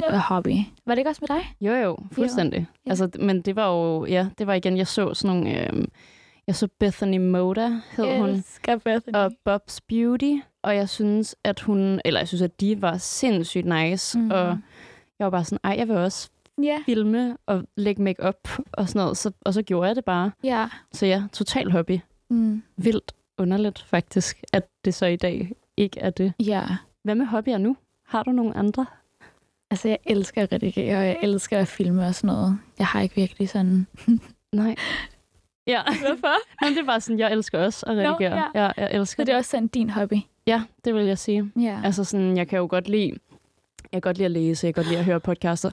[SPEAKER 1] a hobby. Var det ikke også med dig?
[SPEAKER 2] Jo, jo, fuldstændig.
[SPEAKER 1] Ja.
[SPEAKER 2] Ja. Altså, d- men det var jo, ja, det var igen, jeg så sådan nogle, øh, jeg så Bethany Moda, hed yes. hun.
[SPEAKER 1] Elsker Bethany.
[SPEAKER 2] og Bob's Beauty, og jeg synes, at hun, eller jeg synes, at de var sindssygt nice, mm.
[SPEAKER 1] Mhm.
[SPEAKER 2] og jeg var bare sådan, ej, jeg vil også
[SPEAKER 1] Ja,
[SPEAKER 2] filme og lægge make op og sådan noget, så, og så gjorde jeg det bare.
[SPEAKER 1] ja.
[SPEAKER 2] Så ja, total hobby.
[SPEAKER 1] Mm.
[SPEAKER 2] Vildt underligt faktisk, at det så i dag ikke er det.
[SPEAKER 1] Ja.
[SPEAKER 2] Hvad med hobbyer nu? Har du nogle andre?
[SPEAKER 1] Altså, jeg elsker at redigere, og jeg elsker at filme og sådan noget. Jeg har ikke virkelig sådan...
[SPEAKER 2] Nej. Ja, Nå, det er bare sådan, jeg elsker også at redigere.
[SPEAKER 1] ja.
[SPEAKER 2] ja. ja. jeg elsker
[SPEAKER 1] Så det
[SPEAKER 2] det.
[SPEAKER 1] er også sådan din hobby.
[SPEAKER 2] Ja, det vil jeg sige.
[SPEAKER 1] Ja.
[SPEAKER 2] Altså sådan, jeg kan jo godt lide, jeg kan godt lide at læse, jeg kan godt lide at høre podcaster.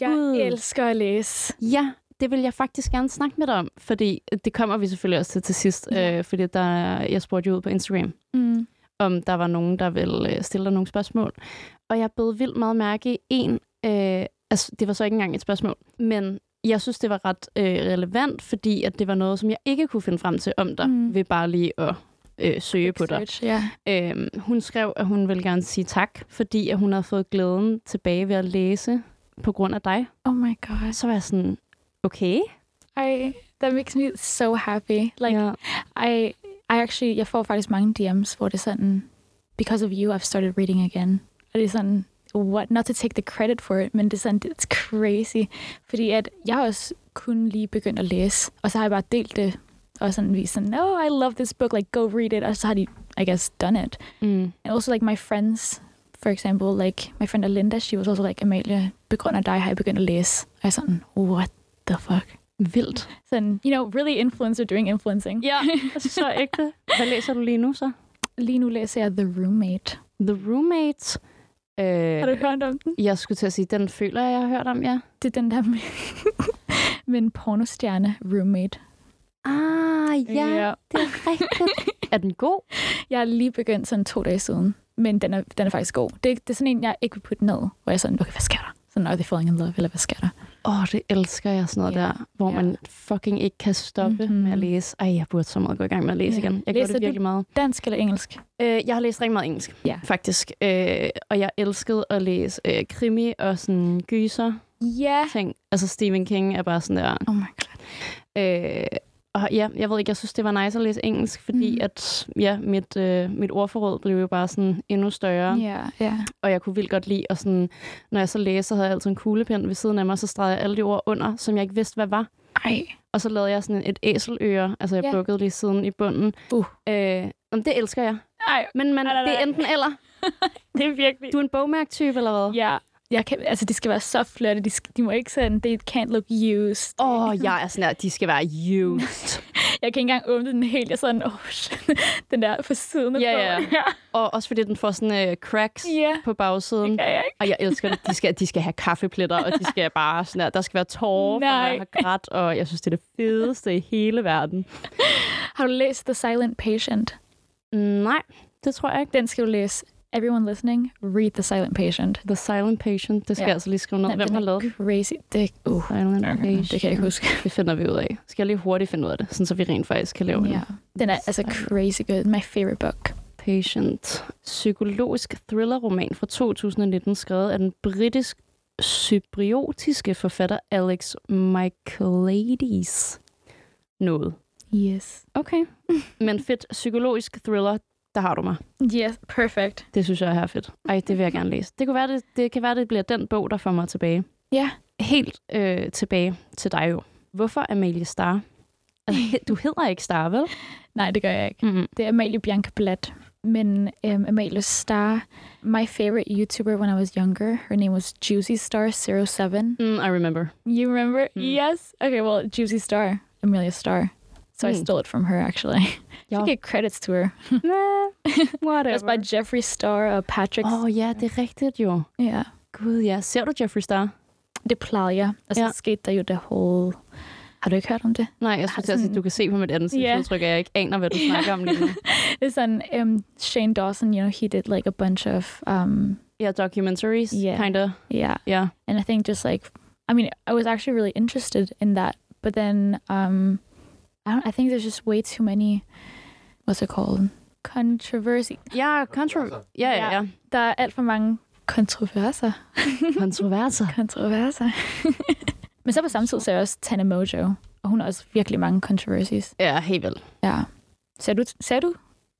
[SPEAKER 1] Jeg
[SPEAKER 2] Gud.
[SPEAKER 1] elsker at læse.
[SPEAKER 2] Ja, det vil jeg faktisk gerne snakke med dig om, fordi det kommer vi selvfølgelig også til til sidst,
[SPEAKER 1] Ja.
[SPEAKER 2] ja. øh, fordi der, jeg spurgte jo ud på Instagram,
[SPEAKER 1] Mm.
[SPEAKER 2] om der var nogen, der ville øh, stille dig nogle spørgsmål. Og jeg blev vildt meget mærke i en, øh, altså det var så ikke engang et spørgsmål, men jeg synes, det var ret øh, relevant, fordi at det var noget, som jeg ikke kunne finde frem til om dig,
[SPEAKER 1] Mm.
[SPEAKER 2] mm. ved bare lige at øh, søge på dig.
[SPEAKER 1] Research, Ja.
[SPEAKER 2] Øhm, hun skrev, at hun ville gerne sige tak, fordi at hun havde fået glæden tilbage ved at læse på grund af dig.
[SPEAKER 1] Oh my god.
[SPEAKER 2] Så var jeg sådan, okay.
[SPEAKER 1] I that makes me so happy. Like
[SPEAKER 2] ja.
[SPEAKER 1] I I actually jeg får faktisk mange DM's hvor det er sådan because of you I've started reading again. Og det er sådan what not to take the credit for it, men det er sådan it's crazy, fordi at jeg har også kun lige begyndt at læse, og så har jeg bare delt det og sådan vist sådan, no, I love this book, like go read it, og så har de, I guess, done it.
[SPEAKER 2] Mm.
[SPEAKER 1] And also like my friends, for example, like my friend Alinda, she was also like, Amalie, på grund af dig har jeg begyndt at læse. Og jeg er sådan, what the fuck?
[SPEAKER 2] Vildt.
[SPEAKER 1] Sådan, you know, really influencer doing influencing.
[SPEAKER 2] Ja, altså, så ægte. Hvad læser du lige nu så?
[SPEAKER 1] Lige nu læser jeg The Roommate.
[SPEAKER 2] The Roommate.
[SPEAKER 1] Har du
[SPEAKER 2] Øh,
[SPEAKER 1] hørt om den?
[SPEAKER 2] jeg skulle til at sige, den føler jeg, jeg har hørt om, ja.
[SPEAKER 1] Det er den der med, med en pornostjerne roommate.
[SPEAKER 2] Ah,
[SPEAKER 1] Ja.
[SPEAKER 2] det er rigtigt. er den god?
[SPEAKER 1] Jeg er lige begyndt sådan to dage siden, men den er, den er faktisk god. Det, er ikke- det er sådan en, jeg ikke vil putte ned, hvor jeg er sådan, okay, hvad sker der? Sådan, are they falling in love, eller hvad sker der?
[SPEAKER 2] Åh, oh, det elsker jeg sådan noget
[SPEAKER 1] Ja.
[SPEAKER 2] yeah. der, hvor
[SPEAKER 1] Ja.
[SPEAKER 2] man fucking ikke kan stoppe
[SPEAKER 1] Mhm.
[SPEAKER 2] mm-hmm. med at læse. Ej, jeg burde så meget gå i gang med at læse
[SPEAKER 1] Ja.
[SPEAKER 2] igen. Jeg
[SPEAKER 1] Læser
[SPEAKER 2] gjorde det
[SPEAKER 1] du-
[SPEAKER 2] virkelig meget.
[SPEAKER 1] Dansk eller engelsk?
[SPEAKER 2] Øh, jeg har læst rigtig meget engelsk,
[SPEAKER 1] Ja.
[SPEAKER 2] faktisk. Øh, og jeg elskede at læse øh, krimi og sådan gyser
[SPEAKER 1] Ja.
[SPEAKER 2] ting. Altså Stephen King er bare sådan der.
[SPEAKER 1] Oh my god.
[SPEAKER 2] Øh, og ja, jeg ved ikke, jeg synes, det var nice at læse engelsk, fordi
[SPEAKER 1] Mhm.
[SPEAKER 2] mm. at ja, mit, øh, mit ordforråd blev jo bare sådan endnu større.
[SPEAKER 1] Ja, ja.
[SPEAKER 2] og jeg kunne vildt godt lide, og sådan, når jeg så læste, så havde jeg altid en kuglepind ved siden af mig, så stregede jeg alle de ord under, som jeg ikke vidste, hvad var.
[SPEAKER 1] Ej.
[SPEAKER 2] Og så lavede jeg sådan et æseløre, altså jeg
[SPEAKER 1] Ja.
[SPEAKER 2] yeah. bukkede lige siden i bunden.
[SPEAKER 1] Uh.
[SPEAKER 2] Øh, om det elsker jeg.
[SPEAKER 1] Ej,
[SPEAKER 2] Men man,
[SPEAKER 1] Ej, nej,
[SPEAKER 2] det er
[SPEAKER 1] nej.
[SPEAKER 2] enten eller.
[SPEAKER 1] det er virkelig...
[SPEAKER 2] Du er en bogmærktype, eller hvad?
[SPEAKER 1] Ja. Jeg kan, altså, de skal være så flotte. De, skal, de må ikke sådan, they can't look used.
[SPEAKER 2] Åh, oh, jeg er sådan her, de skal være used.
[SPEAKER 1] Jeg kan ikke engang åbne den helt. Jeg er sådan, åh, oh, den der for siden af
[SPEAKER 2] Ja,
[SPEAKER 1] bogen.
[SPEAKER 2] ja. og også fordi den får sådan øh, cracks
[SPEAKER 1] Ja.
[SPEAKER 2] på bagsiden.
[SPEAKER 1] Ja, ja.
[SPEAKER 2] Og jeg elsker det. De skal, de skal have kaffepletter, og de skal bare sådan der, der skal være tårer, for
[SPEAKER 1] Nej.
[SPEAKER 2] jeg har grædt, og jeg synes, det er det fedeste i hele verden.
[SPEAKER 1] Har du læst The Silent Patient?
[SPEAKER 2] Nej, det tror jeg ikke.
[SPEAKER 1] Den skal du læse. Everyone listening, read The Silent Patient.
[SPEAKER 2] The Silent Patient. Det skal
[SPEAKER 1] Ja.
[SPEAKER 2] ja. jeg altså lige skrive ned.
[SPEAKER 1] Den-
[SPEAKER 2] Hvem
[SPEAKER 1] den
[SPEAKER 2] har
[SPEAKER 1] er
[SPEAKER 2] lavet det?
[SPEAKER 1] Crazy. Det, uh,
[SPEAKER 2] Silent Patient.
[SPEAKER 1] det kan jeg ikke huske.
[SPEAKER 2] Det finder vi ud af. Skal jeg lige hurtigt finde ud af det, sådan så vi rent faktisk kan lave
[SPEAKER 1] Ja.
[SPEAKER 2] yeah. en
[SPEAKER 1] Den er altså crazy good. My favorite book.
[SPEAKER 2] patient. Psykologisk thrillerroman fra 2019, skrevet af den britisk cypriotiske forfatter Alex Michaelides. Noget.
[SPEAKER 1] Yes.
[SPEAKER 2] Okay. Men fedt. Psykologisk thriller, der har du mig.
[SPEAKER 1] Yes, perfect.
[SPEAKER 2] Det synes jeg er fedt. Ej, det vil jeg gerne læse. Det, kunne være, det, det kan være, det bliver den bog, der får mig tilbage.
[SPEAKER 1] Ja.
[SPEAKER 2] Helt øh, tilbage til dig jo. Hvorfor Amalie Star? Altså, he- du hedder ikke Star, vel?
[SPEAKER 1] Nej, det gør jeg ikke.
[SPEAKER 2] Mm-hmm.
[SPEAKER 1] Det er Amalie Bianca Blatt. Men um, Amalie Star, my favorite YouTuber when I was younger, her name was Juicy Star07.
[SPEAKER 2] Mm, I remember.
[SPEAKER 1] You remember?
[SPEAKER 2] Hmm.
[SPEAKER 1] Yes. Okay, well, Juicy Star, Amelia Star. So I
[SPEAKER 2] Hmm.
[SPEAKER 1] stole it from her, actually.
[SPEAKER 2] Ja.
[SPEAKER 1] Should get credits to her. It was by
[SPEAKER 2] Whatever.
[SPEAKER 1] Jeffree Star, uh, Patrick.
[SPEAKER 2] Åh oh, ja, det er rigtigt jo.
[SPEAKER 1] Yeah.
[SPEAKER 2] Gud ja. Ser du Jeffree Star?
[SPEAKER 1] Det plejer jeg. Og så
[SPEAKER 2] Ja.
[SPEAKER 1] skete der jo det whole... Har du ikke hørt om det?
[SPEAKER 2] Nej, jeg
[SPEAKER 1] Har
[SPEAKER 2] synes altså,
[SPEAKER 1] sådan-
[SPEAKER 2] du kan se på mit ansigtsudtryk, at jeg ikke aner, hvad du
[SPEAKER 1] Ja.
[SPEAKER 2] snakker om lige nu.
[SPEAKER 1] Det er sådan, um, Shane Dawson, you know, he did like a bunch of... Um,
[SPEAKER 2] Ja, documentaries,
[SPEAKER 1] Ja.
[SPEAKER 2] yeah. kinda.
[SPEAKER 1] yeah,
[SPEAKER 2] Ja.
[SPEAKER 1] and i think just like i mean i was actually really interested in that but then um i don't i think there's just way too many what's it called controversy
[SPEAKER 2] Ja, kontro... Ja, ja, ja.
[SPEAKER 1] der er alt for mange kontroverser
[SPEAKER 2] Kontroverser.
[SPEAKER 1] kontroverser men så på samme tid så er jeg også Tana Mojo og hun har også virkelig mange controversies
[SPEAKER 2] Ja, helt vel.
[SPEAKER 1] ja ser du ser du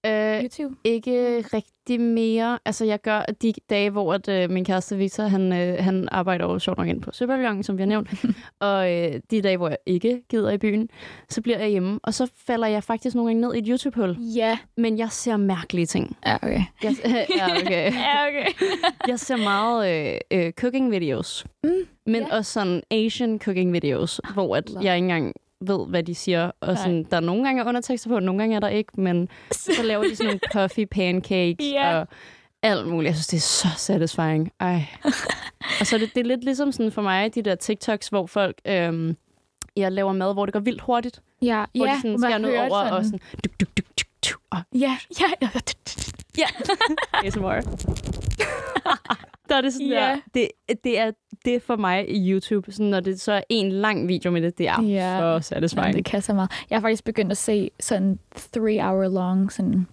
[SPEAKER 2] Øh,
[SPEAKER 1] YouTube
[SPEAKER 2] ikke rigtig mere. Altså, jeg gør de dage, hvor at, øh, min kæreste Victor, han, øh, han arbejder over sjovt nok ind på Søpavillonen, som vi har nævnt. og øh, de dage, hvor jeg ikke gider i byen, så bliver jeg hjemme. Og så falder jeg faktisk nogle gange ned i et YouTube-hul.
[SPEAKER 1] ja
[SPEAKER 2] Men jeg ser mærkelige ting.
[SPEAKER 1] ja okay
[SPEAKER 2] Jeg, ja, okay.
[SPEAKER 1] ja okay
[SPEAKER 2] jeg ser meget øh, øh, cooking videos.
[SPEAKER 1] Mm,
[SPEAKER 2] men
[SPEAKER 1] ja. Ah,
[SPEAKER 2] også sådan Asian cooking videos, hvor at
[SPEAKER 1] love.
[SPEAKER 2] jeg ikke engang ved, hvad de siger. Og
[SPEAKER 1] Nej.
[SPEAKER 2] sådan, der er nogle gange er undertekster på, nogle gange er der ikke, men så laver de sådan nogle puffy pancakes
[SPEAKER 1] Ja.
[SPEAKER 2] og alt muligt. Jeg synes, det er så satisfying. Ej. og så er det, det er lidt ligesom sådan for mig, de der TikToks, hvor folk... Øhm, jeg laver mad, hvor det går vildt hurtigt.
[SPEAKER 1] ja
[SPEAKER 2] Hvor
[SPEAKER 1] ja
[SPEAKER 2] de sådan
[SPEAKER 1] man
[SPEAKER 2] skærer noget
[SPEAKER 1] hører
[SPEAKER 2] over og sådan... Duk, duk, duk, duk, duk, og
[SPEAKER 1] ja ja
[SPEAKER 2] ASMR. der er det sådan
[SPEAKER 1] Ja.
[SPEAKER 2] yeah. der, det, det, er, det er for mig i YouTube, sådan, når det så er en lang video med det, det er
[SPEAKER 1] Ja.
[SPEAKER 2] yeah. så
[SPEAKER 1] Nej,
[SPEAKER 2] satisfying.
[SPEAKER 1] det kan så meget. Jeg har faktisk begyndt at se sådan three hour long sådan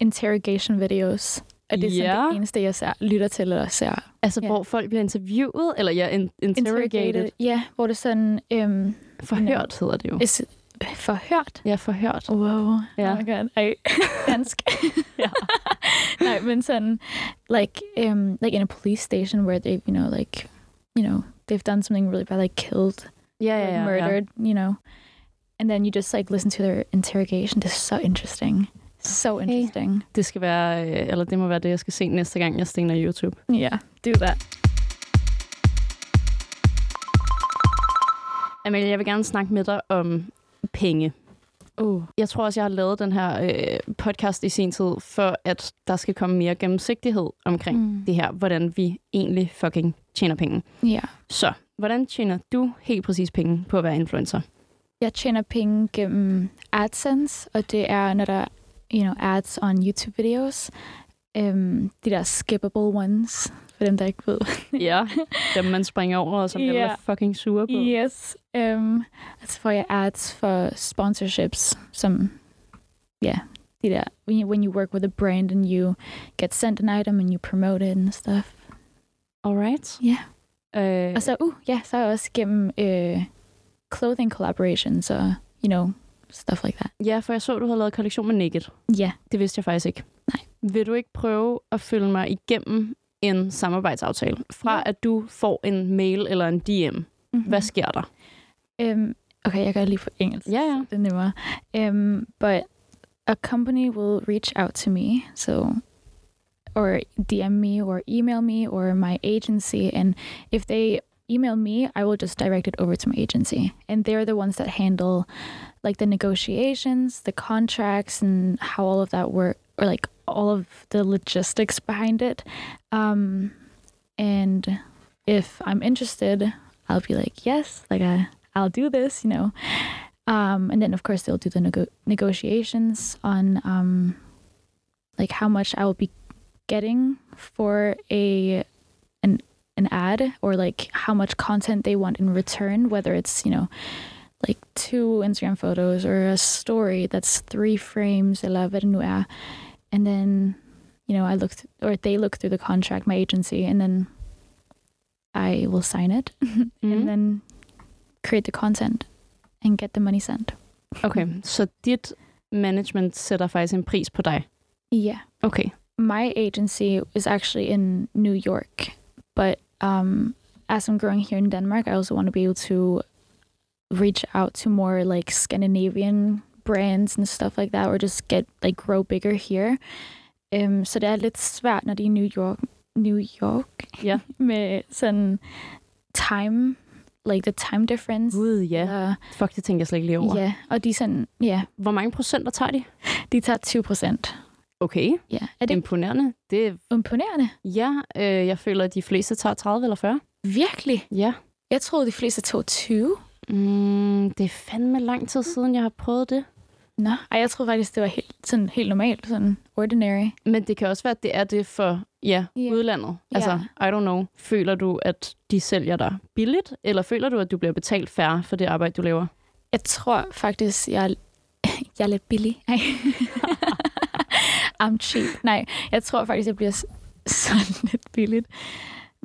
[SPEAKER 1] interrogation videos Og det er sådan
[SPEAKER 2] Ja.
[SPEAKER 1] det eneste, jeg ser, lytter til eller ser.
[SPEAKER 2] Altså,
[SPEAKER 1] Ja.
[SPEAKER 2] yeah. hvor folk bliver interviewet, eller ja, in- interrogated. interrogated.
[SPEAKER 1] Ja, hvor det sådan øhm,
[SPEAKER 2] Forhørt hedder det jo.
[SPEAKER 1] is, forhørt.
[SPEAKER 2] Ja, forhørt.
[SPEAKER 1] Wow.
[SPEAKER 2] Ja.
[SPEAKER 1] Oh my god. Ej, dansk.
[SPEAKER 2] Ja.
[SPEAKER 1] Nej, men sådan, like, um, like in a police station where they, you know, like, you know, they've done something really bad, like killed,
[SPEAKER 2] Ja,
[SPEAKER 1] or murdered, you know. And then you just like listen to their interrogation. This is so interesting. So interesting.
[SPEAKER 2] Det skal være, øh, eller det må være det, jeg skal se næste gang, jeg stener YouTube.
[SPEAKER 1] Yeah, do that.
[SPEAKER 2] Amalie, jeg vil gerne snakke med dig om penge.
[SPEAKER 1] Oh,
[SPEAKER 2] Jeg tror også, jeg har lavet den her øh, podcast i sin tid, for at der skal komme mere gennemsigtighed omkring
[SPEAKER 1] Mm.
[SPEAKER 2] mm. det her, hvordan vi egentlig fucking tjener penge.
[SPEAKER 1] yeah.
[SPEAKER 2] Så, hvordan tjener du helt præcis penge på at være influencer?
[SPEAKER 1] Jeg tjener penge gennem um, AdSense, og det er, når der er you know, ads on YouTube-videos. Um, de der skippable ones, for dem, der ikke ved.
[SPEAKER 2] Ja, dem man springer over, og som yeah. dem,
[SPEAKER 1] Ja.
[SPEAKER 2] der er fucking sure på.
[SPEAKER 1] Yes. Um, så får jeg ads for sponsorships, som, ja, yeah, de der, when you, when you work with a brand and you get sent an item and you promote it and stuff.
[SPEAKER 2] Alright.
[SPEAKER 1] Ja.
[SPEAKER 2] Øh,
[SPEAKER 1] Og så, uh, ja, så er jeg også gennem øh, clothing collaborations og, you know, stuff like that.
[SPEAKER 2] ja, for jeg så, du havde lavet kollektion med Naked.
[SPEAKER 1] Ja, yeah.
[SPEAKER 2] Det vidste jeg faktisk ikke. Nej. Vil du ikke prøve at følge mig igennem en samarbejdsaftale? Fra
[SPEAKER 1] Jo.
[SPEAKER 2] at du får en mail eller en DM. Mm-hmm.
[SPEAKER 1] mm-hmm.
[SPEAKER 2] Hvad sker der?
[SPEAKER 1] Um, okay, jeg gør det lige på engelsk.
[SPEAKER 2] Ja, ja.
[SPEAKER 1] The newer. Um, but a company will reach out to me, so or DM me or email me or my agency, and if they email me, I will just direct it over to my agency, and they're the ones that handle like the negotiations, the contracts, and how all of that work, or like all of the logistics behind it. Um, and if I'm interested, I'll be like, yes, like I, I'll do this, you know. Um, and then of course they'll do the nego- negotiations on um, like how much I will be getting for a an an ad or like how much content they want in return, whether it's you know like two Instagram photos or a story that's three frames, eleven nuer, and then you know I look th- or they look through the contract, my agency, and then I will sign it
[SPEAKER 2] Mhm.
[SPEAKER 1] and then create the content and get the money sent.
[SPEAKER 2] Okay, så dit management sætter faktisk en pris på dig.
[SPEAKER 1] Yeah.
[SPEAKER 2] Okay.
[SPEAKER 1] My agency is actually in New York, but um, as I'm growing here in Denmark, I also want to be able to reach out to more like Scandinavian brands and stuff like that, or just get like grow bigger here. Um, så det er lidt svært, når det er New York, New York
[SPEAKER 2] Ja.
[SPEAKER 1] med sådan time, like the time difference.
[SPEAKER 2] Gud, ja.
[SPEAKER 1] Uh,
[SPEAKER 2] Fuck, det tænker jeg slet ikke lige over.
[SPEAKER 1] ja, og de er sådan, ja,
[SPEAKER 2] Hvor mange procenter tager de?
[SPEAKER 1] De tager 20 procent.
[SPEAKER 2] Okay,
[SPEAKER 1] Ja. Er det
[SPEAKER 2] imponerende. Det er,
[SPEAKER 1] imponerende?
[SPEAKER 2] ja, øh, jeg føler, at de fleste tager 30 eller 40.
[SPEAKER 1] Virkelig?
[SPEAKER 2] Ja.
[SPEAKER 1] Jeg troede, de fleste tog 20.
[SPEAKER 2] Mm, det er fandme lang tid siden, jeg har prøvet det.
[SPEAKER 1] Nå, ej, jeg troede faktisk, det var helt, sådan, helt normalt, sådan ordinary.
[SPEAKER 2] Men det kan også være, at det er det for ja,
[SPEAKER 1] Ja.
[SPEAKER 2] yeah. udlandet. Altså, I don't know. Føler du, at de sælger dig billigt, eller føler du, at du bliver betalt færre for det arbejde, du laver?
[SPEAKER 1] Jeg tror faktisk, jeg er, jeg er lidt billig. Ej. I'm cheap. Nej, jeg tror faktisk, jeg bliver s- sådan lidt billigt.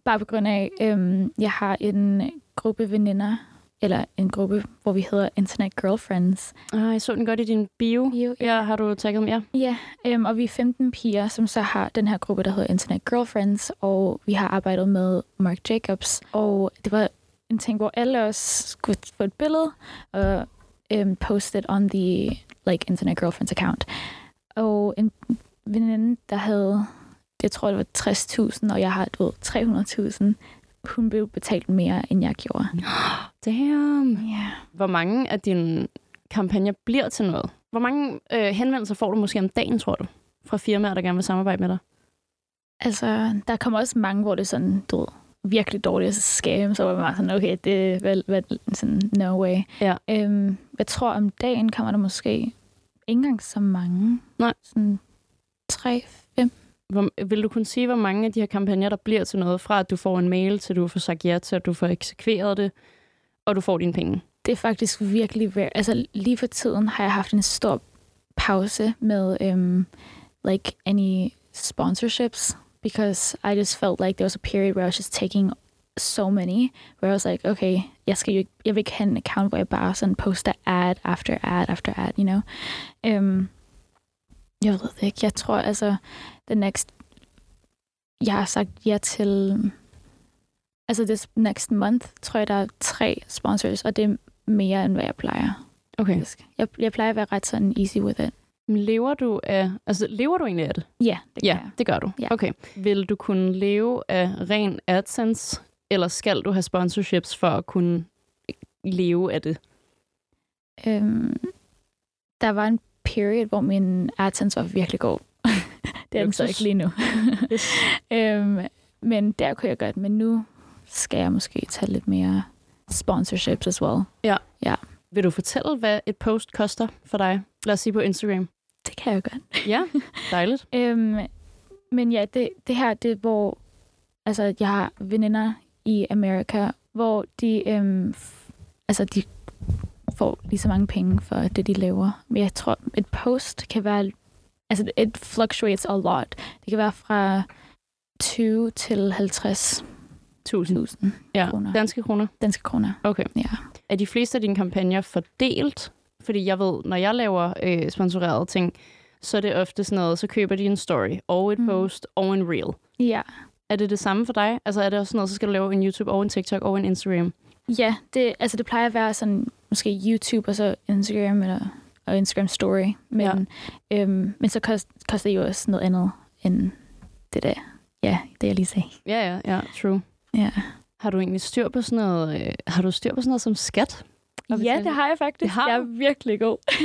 [SPEAKER 1] Bare på grund af, øhm, jeg har en gruppe veninder, eller en gruppe, hvor vi hedder Internet Girlfriends.
[SPEAKER 2] Ah, jeg så den godt i din bio.
[SPEAKER 1] Jo,
[SPEAKER 2] Ja, har du tagget dem? Ja.
[SPEAKER 1] Ja, øhm, og vi er 15 piger, som så har den her gruppe, der hedder Internet Girlfriends, og vi har arbejdet med Mark Jacobs, og det var en ting, hvor alle os skulle få et billede og øhm, poste it on the like, Internet Girlfriends account. Og en veninde, der havde, det tror jeg, det var 60.000, og jeg har, du ved, 300.000, hun blev betalt mere, end jeg gjorde.
[SPEAKER 2] Damn.
[SPEAKER 1] Ja.
[SPEAKER 2] Hvor mange af dine kampagner bliver til noget? Hvor mange øh, henvendelser får du måske om dagen, tror du? Fra firmaer, der gerne vil samarbejde med dig?
[SPEAKER 1] Altså, der kommer også mange, hvor det er sådan, du ved, virkelig dårligt at skabe, så var man bare sådan, okay, det er vel, vel sådan, no way.
[SPEAKER 2] Ja.
[SPEAKER 1] Øhm, jeg tror, om dagen kommer der måske ikke engang så mange.
[SPEAKER 2] Nej.
[SPEAKER 1] Sådan tre, fem.
[SPEAKER 2] Hvor, vil du kunne sige, hvor mange af de her kampagner, der bliver til noget, fra at du får en mail, til du får sagt ja, til at du får eksekveret det, og du får dine penge?
[SPEAKER 1] Det er faktisk virkelig værd. Altså, lige for tiden har jeg haft en stor pause med, øhm, like, any sponsorships because I just felt like there was a period where I was just taking so many where I was like, okay, jeg skal jo ikke, jeg vil ikke have en account, hvor jeg bare sådan poster ad after ad after ad, you know? Øhm, jeg ved det ikke. Jeg tror altså, the next, jeg har sagt ja til, altså this next month, tror jeg, der er tre sponsors, og det er mere, end hvad jeg plejer.
[SPEAKER 2] Okay.
[SPEAKER 1] faktisk. Jeg, jeg plejer at være ret sådan easy with it.
[SPEAKER 2] Men Lever du af, altså lever du egentlig af det?
[SPEAKER 1] Ja, det
[SPEAKER 2] Ja,
[SPEAKER 1] kan jeg.
[SPEAKER 2] det gør du.
[SPEAKER 1] Ja.
[SPEAKER 2] Okay. Vil du kunne leve af ren AdSense, eller skal du have sponsorships for at kunne leve af det?
[SPEAKER 1] Øhm, der var en period, hvor min AdSense var virkelig god. det er den så
[SPEAKER 2] Luksus.
[SPEAKER 1] ikke lige nu. øhm, men der kunne jeg godt, men nu skal jeg måske tage lidt mere sponsorships as well.
[SPEAKER 2] Vil du fortælle, hvad et post koster for dig? Lad os sige på Instagram.
[SPEAKER 1] Det kan jeg godt.
[SPEAKER 2] Ja, dejligt.
[SPEAKER 1] Øhm, men ja, det, det her, det er, hvor altså, jeg har veninder i Amerika, hvor de, øhm, f- altså, de får lige så mange penge for det, de laver. Men jeg tror, et post kan være, altså it fluctuates a lot. Det kan være fra 20 til 50.000
[SPEAKER 2] Tusind. Ja,
[SPEAKER 1] kroner.
[SPEAKER 2] danske kroner.
[SPEAKER 1] danske kroner.
[SPEAKER 2] Okay.
[SPEAKER 1] Ja.
[SPEAKER 2] Er de fleste af dine kampagner fordelt? Fordi jeg ved, når jeg laver øh, sponsorerede ting, så er det ofte sådan noget, så køber de en story, og et
[SPEAKER 1] Mm.
[SPEAKER 2] mm. post, og en reel.
[SPEAKER 1] Ja.
[SPEAKER 2] Er det det samme for dig? Altså er det også sådan noget, så skal du lave en YouTube, og en TikTok, og en Instagram?
[SPEAKER 1] Ja, det, altså det plejer at være sådan, måske YouTube og så Instagram eller, og Instagram Story. Men, ja. øhm, men så kost, koster det jo også noget andet end det der. Ja, det jeg lige sagde.
[SPEAKER 2] Ja, ja, ja, true.
[SPEAKER 1] Ja,
[SPEAKER 2] Har du egentlig styr på sådan noget, øh, har du styr på sådan noget som skat? Og
[SPEAKER 1] ja
[SPEAKER 2] betale-
[SPEAKER 1] det har jeg faktisk.
[SPEAKER 2] Det har
[SPEAKER 1] jeg er
[SPEAKER 2] du?
[SPEAKER 1] virkelig god.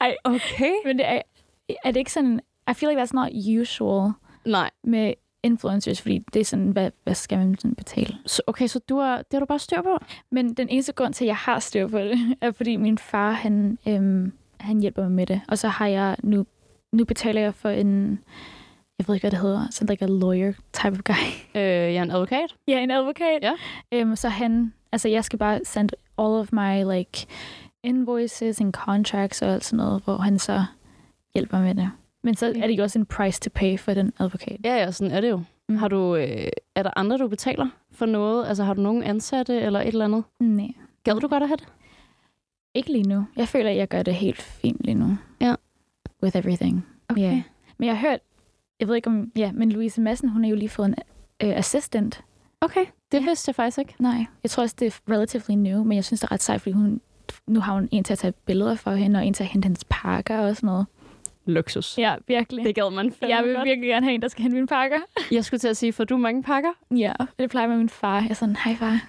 [SPEAKER 1] Ej,
[SPEAKER 2] Okay.
[SPEAKER 1] men det er, er det ikke sådan, I feel like that's not usual
[SPEAKER 2] Nej,
[SPEAKER 1] med influencers, fordi det er sådan, hvad, hvad skal man sådan betale?
[SPEAKER 2] så, okay, så du har, det har du bare styr på?
[SPEAKER 1] Men den eneste grund til, at jeg har styr på det, er fordi min far, han, øhm, han hjælper mig med det. Og så har jeg nu, nu betaler jeg for en, jeg ved ikke, hvad det hedder, sådan like a lawyer type of guy.
[SPEAKER 2] Øh, jeg er en advokat.
[SPEAKER 1] ja, en advokat.
[SPEAKER 2] Ja.
[SPEAKER 1] Øhm, så han, altså jeg skal bare sende all of my like invoices and contracts og alt sådan noget, hvor han så hjælper med det. Men så er det jo også en price to pay for den advokat.
[SPEAKER 2] Ja, ja, sådan er det jo.
[SPEAKER 1] Mm.
[SPEAKER 2] Har du, øh, er der andre, du betaler for noget? Altså har du nogen ansatte eller et eller andet?
[SPEAKER 1] Nej,
[SPEAKER 2] Gad du godt at have det?
[SPEAKER 1] ikke lige nu. Jeg føler, at jeg gør det helt fint lige nu.
[SPEAKER 2] Ja.
[SPEAKER 1] With everything.
[SPEAKER 2] Okay.
[SPEAKER 1] Ja. Men jeg har hørt, jeg ved ikke om, ja, men Louise Madsen, hun har jo lige fået en øh, assistant.
[SPEAKER 2] Okay, det ja. vidste jeg faktisk ikke.
[SPEAKER 1] Nej, jeg tror også, det er relatively new, men jeg synes, det er ret sejt, fordi hun, nu har hun en til at tage billeder for hende, og en til at hente hendes pakker og sådan noget.
[SPEAKER 2] Luksus.
[SPEAKER 1] Ja, virkelig.
[SPEAKER 2] Det gad man fandme
[SPEAKER 1] jeg vil
[SPEAKER 2] godt.
[SPEAKER 1] virkelig gerne have en, der skal hente mine pakker.
[SPEAKER 2] Jeg skulle til at sige, får du mange pakker?
[SPEAKER 1] Ja, det plejer med min far. Jeg er sådan, hej far,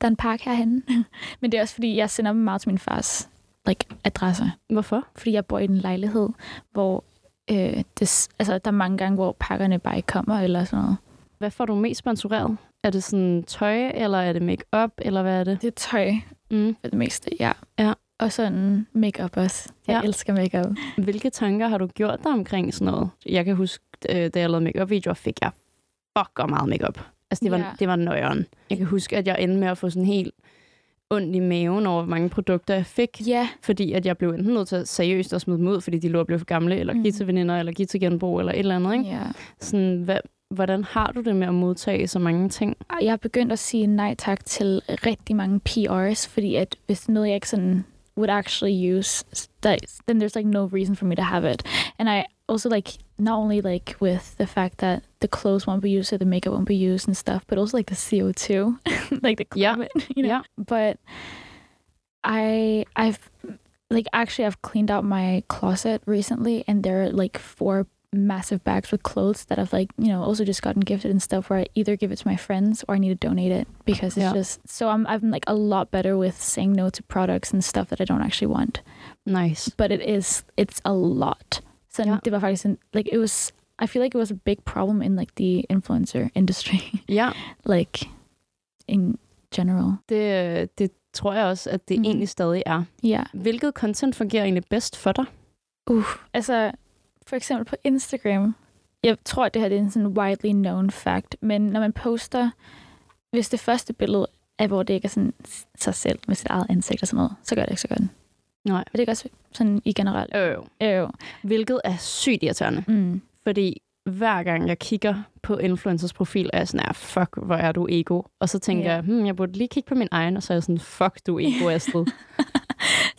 [SPEAKER 1] der er en pakke herhenne. men det er også, fordi jeg sender dem meget til min fars like, adresse.
[SPEAKER 2] Hvorfor?
[SPEAKER 1] fordi jeg bor i en lejlighed, hvor øh, det, s- altså, der er mange gange, hvor pakkerne bare ikke kommer eller sådan noget.
[SPEAKER 2] Hvad får du mest sponsoreret? Er det sådan tøj, eller er det makeup eller hvad er det?
[SPEAKER 1] Det er tøj
[SPEAKER 2] Mm.
[SPEAKER 1] for det meste, ja.
[SPEAKER 2] Ja.
[SPEAKER 1] Og sådan makeup også. Jeg
[SPEAKER 2] Ja.
[SPEAKER 1] ja. elsker makeup.
[SPEAKER 2] Hvilke tanker har du gjort dig omkring sådan noget? Jeg kan huske, øh, da jeg lavede makeup videoer fik jeg fucker meget makeup. Altså, det var,
[SPEAKER 1] Ja.
[SPEAKER 2] yeah. det var nøjeren. Jeg kan huske, at jeg endte med at få sådan helt ondt i maven over, hvor mange produkter jeg fik.
[SPEAKER 1] Ja,
[SPEAKER 2] Fordi at jeg blev enten nødt til at seriøst at smide dem ud, fordi de lå og blev for gamle, eller
[SPEAKER 1] Mm.
[SPEAKER 2] give til veninder, eller give til genbrug, eller et eller andet. Ikke?
[SPEAKER 1] ja.
[SPEAKER 2] Sådan, hvad, hvordan har du det med at modtage så mange ting?
[SPEAKER 1] Og Jeg er begyndt at sige nej tak til rigtig mange PR's, fordi at hvis noget, jeg ikke sådan would actually use, there- then there's like no reason for me to have it. And I also like, not only like with the fact that the clothes won't be used or the makeup won't be used and stuff, but also like the CO2, like the
[SPEAKER 2] Ja.
[SPEAKER 1] climate, you know?
[SPEAKER 2] Ja.
[SPEAKER 1] but I I've like actually I've cleaned out my closet recently and there are like four massive bags with clothes that I've like, you know, also just gotten gifted and stuff where I either give it to my friends or I need to donate it because it's
[SPEAKER 2] Yeah.
[SPEAKER 1] just so I'm I'm like a lot better with saying no to products and stuff that I don't actually want.
[SPEAKER 2] Nice.
[SPEAKER 1] But it is it's a lot. So
[SPEAKER 2] Yeah.
[SPEAKER 1] det var faktisk en- like it was I feel like it was a big problem in like the influencer industry
[SPEAKER 2] Ja,
[SPEAKER 1] like in general.
[SPEAKER 2] det, det tror jeg også, at det
[SPEAKER 1] Mm.
[SPEAKER 2] mm. egentlig stadig er.
[SPEAKER 1] Yeah.
[SPEAKER 2] Hvilket content fungerer egentlig bedst for dig?
[SPEAKER 1] Altså, for eksempel på Instagram. Jeg tror, det her det er en sådan widely known fact, men når man poster, hvis det første billede er, hvor det ikke er sådan sig selv med sit eget ansigt og sådan noget, så gør det ikke så godt.
[SPEAKER 2] Nej.
[SPEAKER 1] Er det ikke også sådan i generelt?
[SPEAKER 2] Øh.
[SPEAKER 1] Øh.
[SPEAKER 2] Hvilket er sygt irriterende.
[SPEAKER 1] Mm.
[SPEAKER 2] Fordi hver gang jeg kigger på influencers profil, er jeg sådan, ah, fuck, hvor er du ego. Og så tænker
[SPEAKER 1] Ja.
[SPEAKER 2] yeah. jeg, hmm, jeg burde lige kigge på min egen, og så er jeg sådan, fuck, du er ego, Astrid. det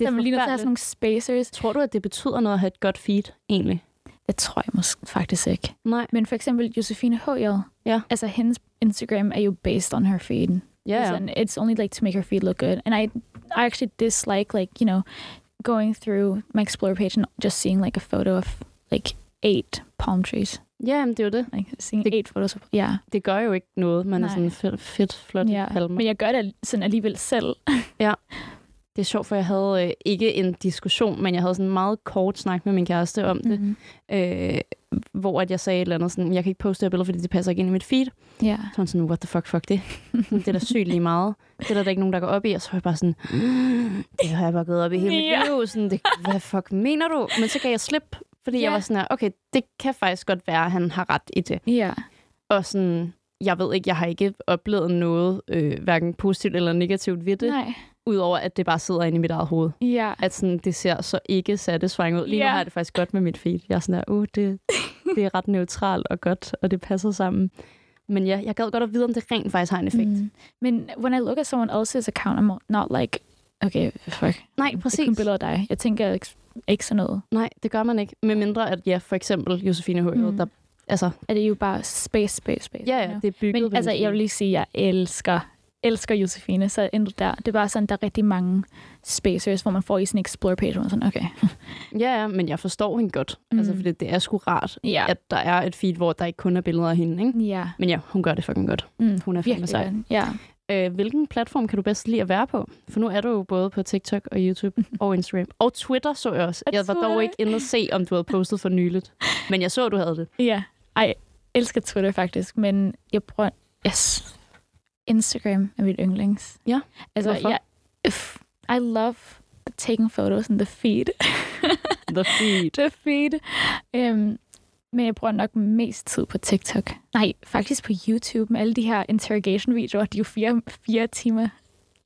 [SPEAKER 1] Så man lige nødt til at have sådan nogle spacers.
[SPEAKER 2] Tror du, at det betyder noget at have et godt feed, egentlig?
[SPEAKER 1] Det tror jeg måske faktisk ikke.
[SPEAKER 2] Nej.
[SPEAKER 1] Men for eksempel Josefine H.J.
[SPEAKER 2] Ja.
[SPEAKER 1] Altså hendes Instagram er jo based on her feed.
[SPEAKER 2] Ja, ja.
[SPEAKER 1] And it's only like to make her feed look good. And I, I actually dislike like, you know, going through my explore page and just seeing like a photo of like eight palm trees.
[SPEAKER 2] Ja, men det er jo det.
[SPEAKER 1] Like seeing
[SPEAKER 2] Det-
[SPEAKER 1] eight photos of, yeah.
[SPEAKER 2] Det gør jo ikke noget. Man
[SPEAKER 1] Nej.
[SPEAKER 2] er sådan fedt, fedt flot yeah.
[SPEAKER 1] Ja,
[SPEAKER 2] palmer.
[SPEAKER 1] men jeg gør det sådan alligevel selv.
[SPEAKER 2] Det er sjovt, for jeg havde øh, ikke en diskussion, men jeg havde sådan en meget kort snak med min kæreste om det,
[SPEAKER 1] Mhm.
[SPEAKER 2] øh, hvor at jeg sagde et eller andet sådan, jeg kan ikke poste det her billede, fordi det passer ikke ind i mit feed. Så
[SPEAKER 1] Ja.
[SPEAKER 2] var hun sådan, what the fuck, fuck det. Sådan, Det er da sygt lige meget. Det er der, der ikke nogen, der går op i. Og så var jeg bare sådan, det har jeg bare gået op i hele
[SPEAKER 1] Ja.
[SPEAKER 2] mit liv. Sådan, det, hvad fuck mener du? Men så gav jeg slip, fordi
[SPEAKER 1] Ja.
[SPEAKER 2] jeg var sådan her, okay, det kan faktisk godt være, at han har ret i det.
[SPEAKER 1] Ja.
[SPEAKER 2] Og sådan, jeg ved ikke, jeg har ikke oplevet noget, øh, hverken positivt eller negativt ved det,
[SPEAKER 1] Nej.
[SPEAKER 2] udover at det bare sidder inde i mit eget hoved
[SPEAKER 1] Ja.
[SPEAKER 2] at sådan, det ser så ikke satisfying ud. Lige yeah.
[SPEAKER 1] Ja.
[SPEAKER 2] nu har jeg det faktisk godt med mit feed. Jeg er sådan der, uh, det, det er ret neutralt og godt, og det passer sammen. Men ja, jeg gad godt at vide, om det rent faktisk har en effekt. Mm.
[SPEAKER 1] Mm. Men when I look at someone else's account, I'm not like, okay, fuck.
[SPEAKER 2] Nej,
[SPEAKER 1] Det er kun
[SPEAKER 2] præcis.
[SPEAKER 1] billeder af dig. Jeg tænker ikke, ikke sådan noget.
[SPEAKER 2] Nej, det gør man ikke. Med mindre at, ja, for eksempel Josefine Højer,
[SPEAKER 1] Mm.
[SPEAKER 2] mm. der... Altså,
[SPEAKER 1] Er det jo bare space, space, space.
[SPEAKER 2] ja,
[SPEAKER 1] you know?
[SPEAKER 2] ja, det er bygget.
[SPEAKER 1] Men
[SPEAKER 2] på
[SPEAKER 1] altså,
[SPEAKER 2] Josefine.
[SPEAKER 1] jeg vil lige sige, at jeg elsker, elsker Josefine, så endnu der. Det er bare sådan, der er rigtig mange spacers, hvor man får i sin explore page, hvor man er sådan, okay.
[SPEAKER 2] Ja, ja, men jeg forstår hende godt. Mm. Altså,
[SPEAKER 1] Mm.
[SPEAKER 2] fordi det er sgu rart,
[SPEAKER 1] Ja.
[SPEAKER 2] at der er et feed, hvor der ikke kun er billeder af hende, ikke?
[SPEAKER 1] Ja.
[SPEAKER 2] Men ja, hun gør det fucking godt.
[SPEAKER 1] Mm.
[SPEAKER 2] Hun er fandme
[SPEAKER 1] Virkelig.
[SPEAKER 2] sej.
[SPEAKER 1] godt. Ja.
[SPEAKER 2] Øh, hvilken platform kan du bedst lide at være på? For nu er du jo både på TikTok og YouTube og Instagram. Og Twitter så jeg også.
[SPEAKER 1] Og
[SPEAKER 2] Jeg var
[SPEAKER 1] Twitter.
[SPEAKER 2] dog ikke inde og se, om du havde postet for nyligt. Men jeg så, at du havde det.
[SPEAKER 1] Ja. Ej, elsker Twitter faktisk, men jeg bruger... Yes. Instagram er mit yndlings.
[SPEAKER 2] Ja.
[SPEAKER 1] Altså,
[SPEAKER 2] Hvorfor?
[SPEAKER 1] jeg... Uff, I love the taking photos and the feed.
[SPEAKER 2] The feed.
[SPEAKER 1] the feed. Øhm, men jeg bruger nok mest tid på TikTok. Nej, faktisk på YouTube med alle de her interrogation-videoer. De er jo fire, fire timer.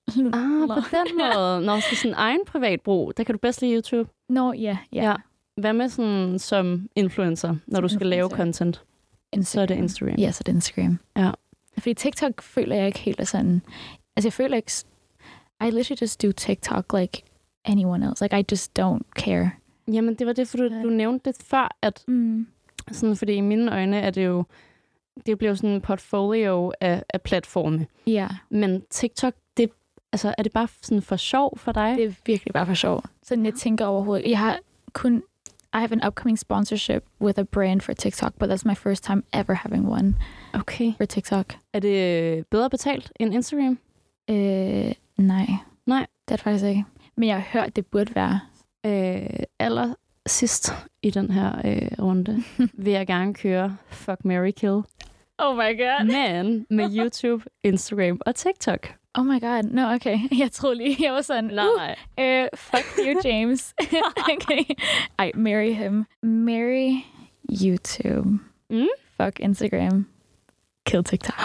[SPEAKER 2] Ah, på den måde. Nå, så sådan egen privat brug. Der kan du bedst lide YouTube.
[SPEAKER 1] Nå, ja, ja.
[SPEAKER 2] Ja. Hvad med sådan som influencer, når du skal lave
[SPEAKER 1] Influencer.
[SPEAKER 2] content? Så er det Instagram.
[SPEAKER 1] Ja, så er det Instagram.
[SPEAKER 2] Ja.
[SPEAKER 1] Fordi TikTok føler jeg ikke helt er sådan... Altså, jeg føler ikke... s- I literally just do TikTok like anyone else. Like, I just don't care.
[SPEAKER 2] Jamen, det var det, for du, du nævnte det før, at
[SPEAKER 1] Mm.
[SPEAKER 2] sådan, fordi i mine øjne er det jo, det bliver jo sådan en portfolio af, af platforme.
[SPEAKER 1] Ja,
[SPEAKER 2] Men TikTok, det, altså, er det bare sådan for sjov for dig?
[SPEAKER 1] det er virkelig bare for sjov. Sådan, jeg tænker overhovedet... Jeg har kun... I have an upcoming sponsorship with a brand for TikTok, but that's my first time ever having one
[SPEAKER 2] Okay.
[SPEAKER 1] for TikTok.
[SPEAKER 2] Er det øh, bedre betalt end Instagram?
[SPEAKER 1] Øh, nej.
[SPEAKER 2] Nej.
[SPEAKER 1] Det er det faktisk ikke. Men jeg har hørt, det burde være.
[SPEAKER 2] Øh, aller sidst i den her øh, runde vil jeg gerne køre Fuck, Mary Kill.
[SPEAKER 1] Oh my god.
[SPEAKER 2] Men med YouTube, Instagram og TikTok.
[SPEAKER 1] Oh my god. Nå, no, okay. Jeg troede lige, jeg var sådan,
[SPEAKER 2] Nej,
[SPEAKER 1] uh,
[SPEAKER 2] nej.
[SPEAKER 1] øh, fuck you, James. okay. Ej, marry him. Marry YouTube.
[SPEAKER 2] Mm.
[SPEAKER 1] Fuck Instagram. Kill TikTok.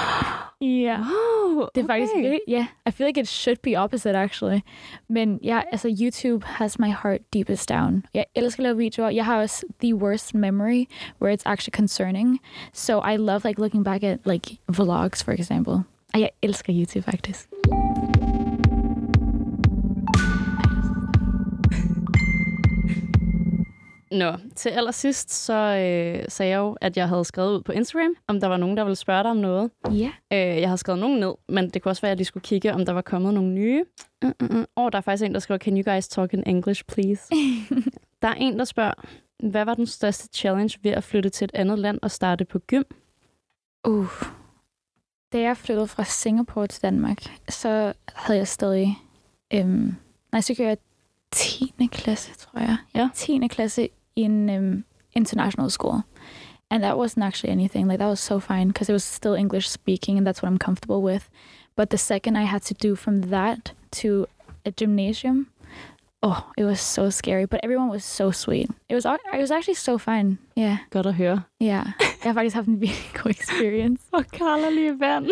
[SPEAKER 1] Ja. Yeah.
[SPEAKER 2] Wow,
[SPEAKER 1] Det er faktisk virkelig, ja. Yeah. I feel like it should be opposite, actually. Men ja, altså YouTube has my heart deepest down. Jeg elsker at lave videoer. Jeg har også the worst memory, where it's actually concerning. So I love like looking back at like vlogs, for example. Ah, Og jeg elsker YouTube faktisk.
[SPEAKER 2] Nå, til allersidst så øh, sagde jeg jo, at jeg havde skrevet ud på Instagram, om der var nogen, der ville spørge dig om noget.
[SPEAKER 1] Ja. Yeah.
[SPEAKER 2] Øh, jeg havde skrevet nogen ned, men det kunne også være, at jeg lige skulle kigge, om der var kommet nogle nye.
[SPEAKER 1] Mm,
[SPEAKER 2] Uh, uh, uh. Og der er faktisk en, der skriver, can you guys talk in English, please? der er en, der spørger, hvad var den største challenge ved at flytte til et andet land og starte på gym?
[SPEAKER 1] Uh. Da jeg flyttede fra Singapore til Danmark, så havde jeg stadig... Øhm, nej, så gjorde jeg 10. klasse, tror jeg.
[SPEAKER 2] Ja.
[SPEAKER 1] 10. klasse i en um, international school. And that wasn't actually anything. Like, that was so fine, because it was still English speaking, and that's what I'm comfortable with. But the second I had to do from that to a gymnasium, oh, it was so scary. But everyone was so sweet. It was, al- it was actually so fun. Yeah.
[SPEAKER 2] Godt at høre.
[SPEAKER 1] Ja, jeg har faktisk haft en virkelig god experience.
[SPEAKER 2] Og Carla lige vand.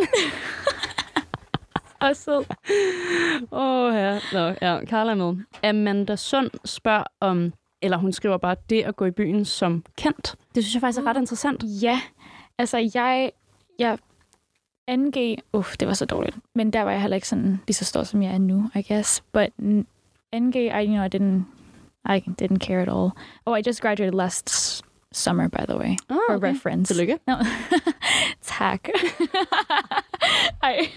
[SPEAKER 1] Og så
[SPEAKER 2] Åh, oh, ja. Nå, ja, Carla er med. Amanda Sund spørger om, eller hun skriver bare, det at gå i byen som kendt. Det synes jeg faktisk
[SPEAKER 1] Ah.
[SPEAKER 2] er ret interessant.
[SPEAKER 1] Ja, altså jeg, jeg 2G, uff, det var så dårligt. Men der var jeg heller ikke sådan lige så stor, som jeg er nu, I guess. But n- 2G, I, you know, I didn't, I didn't care at all. Oh, I just graduated last s- summer, by the way,
[SPEAKER 2] Ah,
[SPEAKER 1] for reference.
[SPEAKER 2] Tillykke.
[SPEAKER 1] No, tak. I,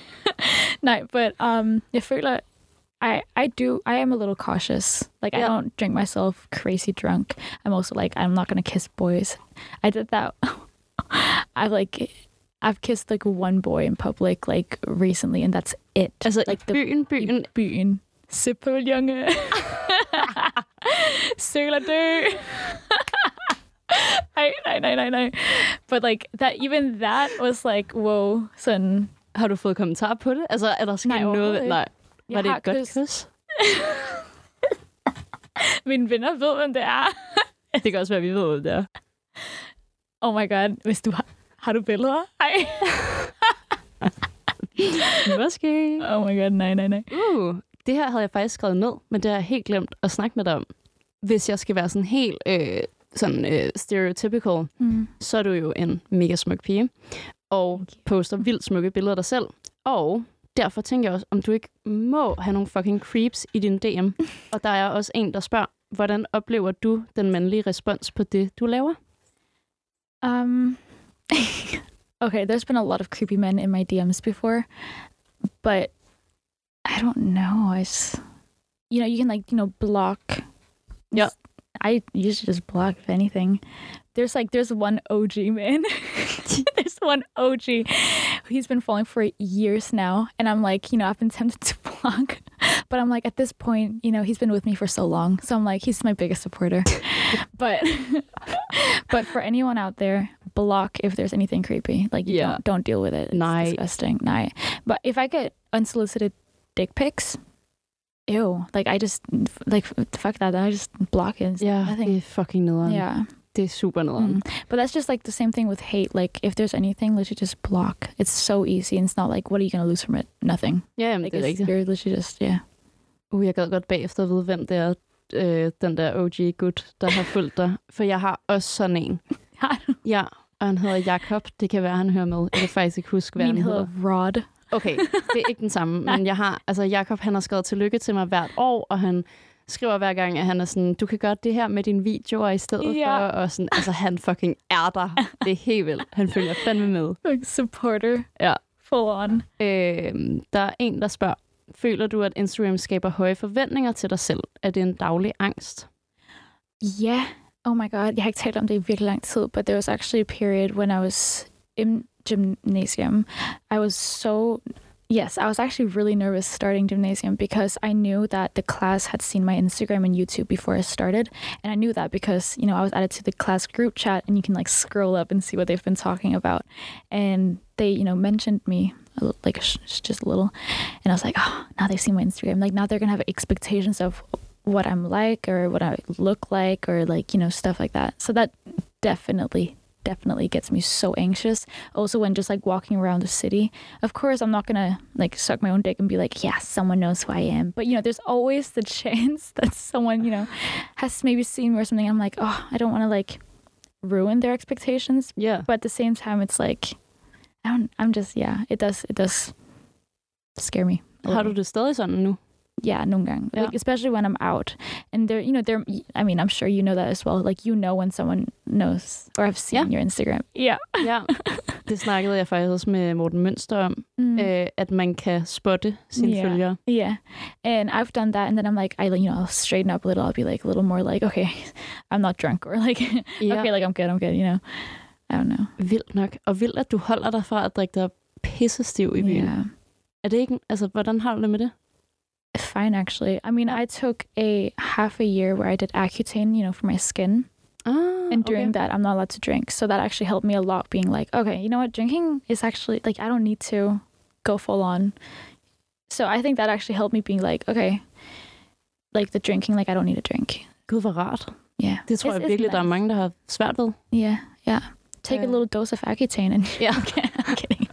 [SPEAKER 1] nej, but um, jeg føler, I, I do, I am a little cautious. Like, I
[SPEAKER 2] Yeah.
[SPEAKER 1] don't drink myself crazy drunk. I'm also like, I'm not going to kiss boys. I did that. I've like, I've kissed like one boy in public like recently, and that's it.
[SPEAKER 2] Altså,
[SPEAKER 1] like the
[SPEAKER 2] byen, byen.
[SPEAKER 1] byen. Se på Junge. Sailor do. nej, nej, nej, nej, nej. But like that, even that was like, whoa, sådan.
[SPEAKER 2] Har du fået kommentar på det? Altså, er der sket
[SPEAKER 1] Nej, overhovedet
[SPEAKER 2] noget?
[SPEAKER 1] ikke.
[SPEAKER 2] Nej. Var
[SPEAKER 1] Jeg
[SPEAKER 2] det
[SPEAKER 1] har
[SPEAKER 2] et godt
[SPEAKER 1] kysset.
[SPEAKER 2] kys?
[SPEAKER 1] Mine venner ved, hvem det er.
[SPEAKER 2] Det kan også være, vi ved, hvad det er.
[SPEAKER 1] Oh my god, hvis du har, har du billeder? Ej.
[SPEAKER 2] Måske.
[SPEAKER 1] Oh my god, nej, nej, nej.
[SPEAKER 2] Uh, det her havde jeg faktisk skrevet ned, men det har jeg helt glemt at snakke med dig om. Hvis jeg skal være sådan helt øh, sådan, øh, stereotypical,
[SPEAKER 1] Mm.
[SPEAKER 2] så er du jo en mega smuk pige, og poster vildt smukke billeder af dig selv. Og derfor tænker jeg også, om du ikke må have nogle fucking creeps i din DM. Og der er også en, der spørger, hvordan oplever du den mandlige respons på det, du laver?
[SPEAKER 1] Um, okay, there's been a lot of creepy men in my DMs before, but I don't know. I just, you know, you can like, you know, block.
[SPEAKER 2] Yeah.
[SPEAKER 1] I usually just block if anything. There's like, there's one OG man. there's one OG. He's been falling for years now. And I'm like, you know, I've been tempted to block. But I'm like, at this point, you know, he's been with me for so long. So I'm like, he's my biggest supporter. but but for anyone out there, block if there's anything creepy. Like, you
[SPEAKER 2] Yeah.
[SPEAKER 1] don't, don't deal with it. It's
[SPEAKER 2] Nej.
[SPEAKER 1] disgusting. Night. But if I get unsolicited dick pics, ew. Like, I just, like, fuck that. I just block it.
[SPEAKER 2] Ja,
[SPEAKER 1] I
[SPEAKER 2] det er
[SPEAKER 1] think,
[SPEAKER 2] fucking nederen.
[SPEAKER 1] yeah.
[SPEAKER 2] Det er super nederen.
[SPEAKER 1] Mm. But that's just like the same thing with hate. Like, if there's anything, literally just block. It's so easy. And it's not like, what are you going to lose from it? Nothing.
[SPEAKER 2] Ja, jamen,
[SPEAKER 1] Like,
[SPEAKER 2] det er
[SPEAKER 1] it's,
[SPEAKER 2] rigtigt.
[SPEAKER 1] you're literally just, yeah.
[SPEAKER 2] Uh, jeg gad godt bagefter at vide, hvem det er, øh, den der OG gut, der har fulgt dig. For jeg har også sådan en.
[SPEAKER 1] Har du?
[SPEAKER 2] Ja, og han hedder Jakob. Det kan være, han hører med. Jeg kan faktisk ikke huske, hvad
[SPEAKER 1] Min
[SPEAKER 2] han hedder.
[SPEAKER 1] hedder Rod.
[SPEAKER 2] Okay, det er ikke den samme, men jeg har, altså Jakob han har skrevet tillykke til mig hvert år, og han skriver hver gang, at han er sådan, du kan gøre det her med dine videoer i stedet
[SPEAKER 1] Ja.
[SPEAKER 2] for, og sådan, altså han fucking er der. Det er helt vildt. Han følger fandme med.
[SPEAKER 1] Like, supporter.
[SPEAKER 2] Ja.
[SPEAKER 1] Full on.
[SPEAKER 2] Øh, der er en, der spørger, føler du, at Instagram skaber høje forventninger til dig selv? Er det en daglig angst?
[SPEAKER 1] Yeah. Oh my god. Jeg har ikke talt om det i virkelig lang tid, but there was actually a period when I was in gymnasium. I was so yes, I was actually really nervous starting gymnasium because I knew that the class had seen my Instagram and YouTube before I started, and I knew that because you know I was added to the class group chat, and you can like scroll up and see what they've been talking about, and they you know mentioned me a li- like sh- sh- just a little, and I was like, oh, now they've seen my Instagram, like now they're gonna have expectations of what I'm like or what I look like or like, you know, stuff like that. So that definitely definitely gets me so anxious. Also when just like walking around the city. Of course I'm not gonna like suck my own dick and be like, yeah, someone knows who I am. But you know, there's always the chance that someone, you know, has maybe seen me or something. I'm like, oh, I don't wanna like ruin their expectations.
[SPEAKER 2] Ja. Yeah.
[SPEAKER 1] But at the same time it's like I don't I'm just yeah, it does it does scare me. a
[SPEAKER 2] Har
[SPEAKER 1] little.
[SPEAKER 2] du det stadig sådan nu?
[SPEAKER 1] yeah nogle gange
[SPEAKER 2] Yeah.
[SPEAKER 1] like especially when i'm out and there you know there i mean i'm sure you know that as well like you know when someone knows or have seen
[SPEAKER 2] Yeah.
[SPEAKER 1] your instagram yeah
[SPEAKER 2] Ja. Det snakkede jeg faktisk også med Morten Mønster om,
[SPEAKER 1] Mm.
[SPEAKER 2] øh, at man kan spotte sine
[SPEAKER 1] Ja.
[SPEAKER 2] følgere.
[SPEAKER 1] yeah and i've done that and then i'm like i you know i'll straighten up a little i'll be like a little more like okay i'm not drunk or like
[SPEAKER 2] Ja.
[SPEAKER 1] okay like i'm good i'm good you know i don't know
[SPEAKER 2] Vildt nok. Og vildt, at du holder dig fra at drikke dig pissestiv i byen.
[SPEAKER 1] yeah
[SPEAKER 2] Er det ikke... Altså, hvordan har du det med det?
[SPEAKER 1] fine actually i mean i took a half a year where i did accutane you know for my skin
[SPEAKER 2] Ah,
[SPEAKER 1] and during that i'm not allowed to drink so that actually helped me a lot being like okay you know what drinking is actually like i don't need to go full on so i think that actually helped me being like okay like the drinking like i don't need to drink
[SPEAKER 2] Gud, hvor rart.
[SPEAKER 1] yeah
[SPEAKER 2] Det tror
[SPEAKER 1] It's-
[SPEAKER 2] jeg
[SPEAKER 1] it's
[SPEAKER 2] virkelig, der er
[SPEAKER 1] nice.
[SPEAKER 2] mange, der har svært ved.
[SPEAKER 1] yeah yeah take
[SPEAKER 2] Yeah.
[SPEAKER 1] a little dose of accutane and
[SPEAKER 2] Ja.
[SPEAKER 1] okay i'm kidding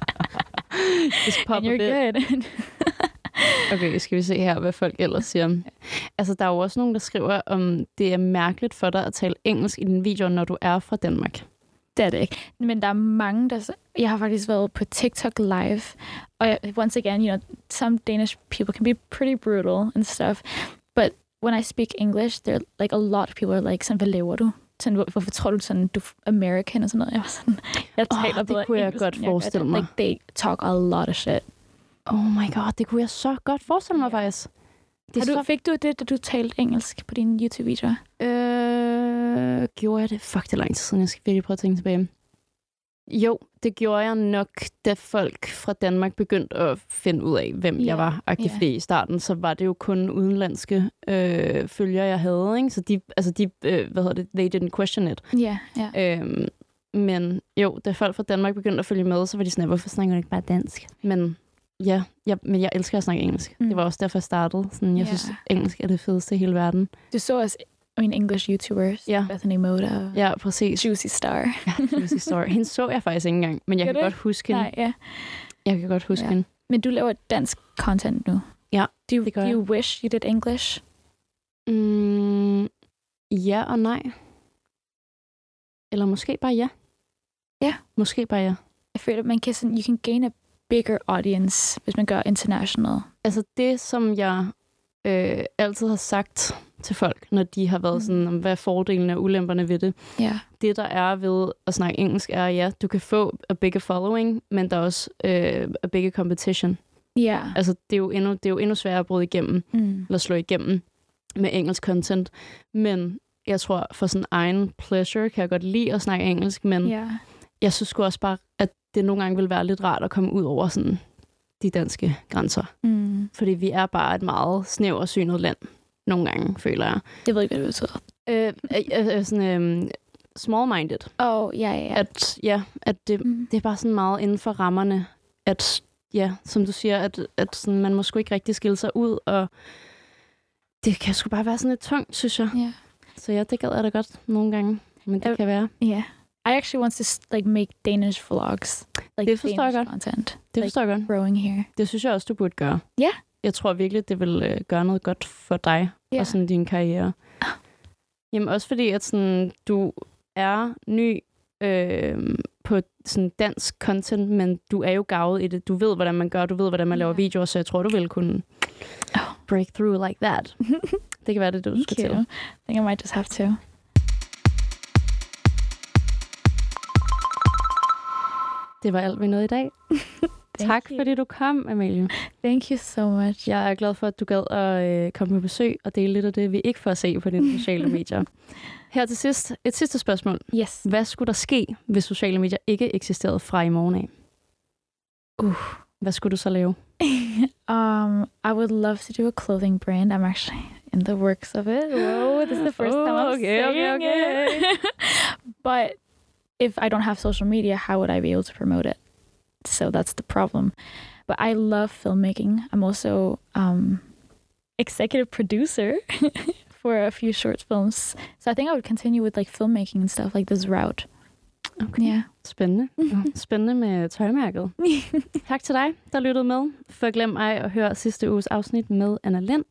[SPEAKER 2] Just
[SPEAKER 1] and
[SPEAKER 2] popper
[SPEAKER 1] you're
[SPEAKER 2] det.
[SPEAKER 1] good
[SPEAKER 2] Okay, skal vi se her, hvad folk ellers siger. Altså, der er jo også nogen, der skriver, om det er mærkeligt for dig at tale engelsk i dine videoer, når du er fra Danmark.
[SPEAKER 1] Det er det ikke. Men der er mange, der... Jeg har faktisk været på TikTok live. Og jeg, once again, you know, some Danish people can be pretty brutal and stuff. But when I speak English, there like a lot of people are like, sådan, hvad laver du? Sådan, hvor, hvorfor tror du sådan, du er American og sådan noget? Jeg var sådan, jeg
[SPEAKER 2] Åh,
[SPEAKER 1] taler
[SPEAKER 2] det
[SPEAKER 1] bedre
[SPEAKER 2] kunne jeg
[SPEAKER 1] engelsk,
[SPEAKER 2] godt
[SPEAKER 1] end gør
[SPEAKER 2] forestille
[SPEAKER 1] det."
[SPEAKER 2] mig.
[SPEAKER 1] Like, they talk a lot of shit.
[SPEAKER 2] Oh my god, det kunne jeg så godt forestille mig,
[SPEAKER 1] Ja.
[SPEAKER 2] faktisk. Det
[SPEAKER 1] Det
[SPEAKER 2] er
[SPEAKER 1] har du,
[SPEAKER 2] så...
[SPEAKER 1] fik du det, da du talte engelsk på dine YouTube-videoer?
[SPEAKER 2] Øh, gjorde jeg det? Fuck, det er lang tid siden. Jeg skal virkelig prøve at tænke tilbage. Jo, det gjorde jeg nok, da folk fra Danmark begyndte at finde ud af, hvem
[SPEAKER 1] Ja,
[SPEAKER 2] jeg var. Agtig,
[SPEAKER 1] ja.
[SPEAKER 2] Fordi i starten, så var det jo kun udenlandske øh, følgere, jeg havde. Ikke? Så de, altså de, øh, hvad hedder det, they didn't question it.
[SPEAKER 1] Ja, ja.
[SPEAKER 2] Øhm, men jo, da folk fra Danmark begyndte at følge med, så var de sådan, hvorfor snakker du ikke bare dansk? Men ja, jeg, men jeg elsker at snakke engelsk. Mm.
[SPEAKER 1] Mm.
[SPEAKER 2] Det var også derfor, jeg startede. Sådan, jeg
[SPEAKER 1] Ja.
[SPEAKER 2] synes, engelsk er det fedeste i hele verden.
[SPEAKER 1] Du så også I mean, English YouTubers,
[SPEAKER 2] Ja.
[SPEAKER 1] Bethany Moda og
[SPEAKER 2] Ja, præcis.
[SPEAKER 1] Juicy Star.
[SPEAKER 2] Juicy Story. Hende så jeg faktisk ikke engang, men jeg
[SPEAKER 1] Gør
[SPEAKER 2] kan
[SPEAKER 1] du
[SPEAKER 2] godt
[SPEAKER 1] ikke?
[SPEAKER 2] huske hende.
[SPEAKER 1] Nej, ja.
[SPEAKER 2] Jeg kan godt huske
[SPEAKER 1] Ja.
[SPEAKER 2] hende.
[SPEAKER 1] Men du laver dansk content nu.
[SPEAKER 2] Ja,
[SPEAKER 1] do you,
[SPEAKER 2] det gør
[SPEAKER 1] do you wish you did English?
[SPEAKER 2] Mm, ja og nej. Eller måske bare ja.
[SPEAKER 1] Ja.
[SPEAKER 2] Måske bare ja.
[SPEAKER 1] Jeg føler, at man kan sådan, you can gain a bigger audience, hvis man gør international.
[SPEAKER 2] altså det, som jeg øh, altid har sagt til folk, når de har været
[SPEAKER 1] Mm.
[SPEAKER 2] mm. sådan, "Om, hvad er fordelene og ulemperne ved det.
[SPEAKER 1] Ja.
[SPEAKER 2] Det, der er ved at snakke engelsk, er, ja, du kan få a bigger following, men der er også øh, a bigger competition.
[SPEAKER 1] Ja.
[SPEAKER 2] Altså, det er, jo endnu, det er jo endnu sværere at bryde igennem,
[SPEAKER 1] Mm.
[SPEAKER 2] eller slå igennem med engelsk content. Men jeg tror, for sådan egen pleasure, kan jeg godt lide at snakke engelsk, men yeah.
[SPEAKER 1] Ja.
[SPEAKER 2] jeg synes sgu også bare, at det nogle gange vil være lidt rart at komme ud over sådan de danske grænser.
[SPEAKER 1] Mm.
[SPEAKER 2] Fordi vi er bare et meget snævert synet land, nogle gange, føler jeg.
[SPEAKER 1] Jeg ved ikke, hvad det betyder.
[SPEAKER 2] Øh, øh, øh, sådan, øh, small-minded.
[SPEAKER 1] Åh, oh, ja, ja, ja.
[SPEAKER 2] At, ja, at det,
[SPEAKER 1] Mm.
[SPEAKER 2] det er bare sådan meget inden for rammerne, at, ja, som du siger, at, at sådan, man må sgu ikke rigtig skille sig ud, og det kan sgu bare være sådan lidt tungt, synes jeg.
[SPEAKER 1] Ja.
[SPEAKER 2] Så ja, det gad jeg da godt nogle gange, men det
[SPEAKER 1] Jeg-
[SPEAKER 2] kan være.
[SPEAKER 1] Yeah. I actually want to like make Danish vlogs. Like
[SPEAKER 2] Det forstår jeg
[SPEAKER 1] Danish
[SPEAKER 2] godt.
[SPEAKER 1] content.
[SPEAKER 2] Det forstår jeg godt.
[SPEAKER 1] Growing here.
[SPEAKER 2] Det synes jeg også, du burde gøre.
[SPEAKER 1] Ja.
[SPEAKER 2] Jeg tror virkelig, det vil øh, gøre noget godt for dig
[SPEAKER 1] Ja.
[SPEAKER 2] og sådan din karriere. Jamen også fordi, at sådan, du er ny øh, på sådan dansk content, men du er jo gavet i det. Du ved, hvordan man gør, du ved, hvordan man laver
[SPEAKER 1] Ja. Oh.
[SPEAKER 2] videoer, så jeg tror, du vil kunne break through like that. Det kan være det, er det, du skal
[SPEAKER 1] Thank you.
[SPEAKER 2] til.
[SPEAKER 1] I think I might just have to.
[SPEAKER 2] Det var alt, vi nåede i dag.
[SPEAKER 1] Thank
[SPEAKER 2] tak,
[SPEAKER 1] you.
[SPEAKER 2] fordi du kom, Amalie.
[SPEAKER 1] Thank you so much.
[SPEAKER 2] Jeg er glad for, at du gad at øh, komme på besøg og dele lidt af det, vi ikke får at se på dine sociale medier. Her til sidst, et sidste spørgsmål.
[SPEAKER 1] Yes.
[SPEAKER 2] Hvad skulle der ske, hvis sociale medier ikke eksisterede fra i morgen af?
[SPEAKER 1] Uh.
[SPEAKER 2] Hvad skulle du så lave?
[SPEAKER 1] Um, I would love to do a clothing brand. I'm actually in the works of it. Whoa, this is the first time
[SPEAKER 2] Oh,
[SPEAKER 1] I'm
[SPEAKER 2] okay, okay,
[SPEAKER 1] saying it. but if I don't have social media, how would I be able to promote it? So that's the problem. But I love filmmaking. I'm also um, executive producer for a few short films. So I think I would continue with like filmmaking and stuff like this route.
[SPEAKER 2] Okay.
[SPEAKER 1] Yeah.
[SPEAKER 2] Spændende. Spændende med tøjmærket. tak til dig, der lyttede med. For glem ej at høre sidste uges afsnit med Anna Lind.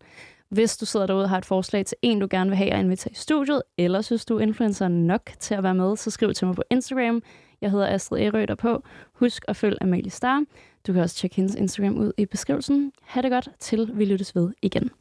[SPEAKER 2] Hvis du sidder derude og har et forslag til en, du gerne vil have at invitere i studiet, eller synes du er influencer nok til at være med, så skriv til mig på Instagram. Jeg hedder Astrid Erø derpå. Husk at følge Amalie Star. Du kan også tjekke hendes Instagram ud i beskrivelsen. Ha' det godt, til vi lyttes ved igen.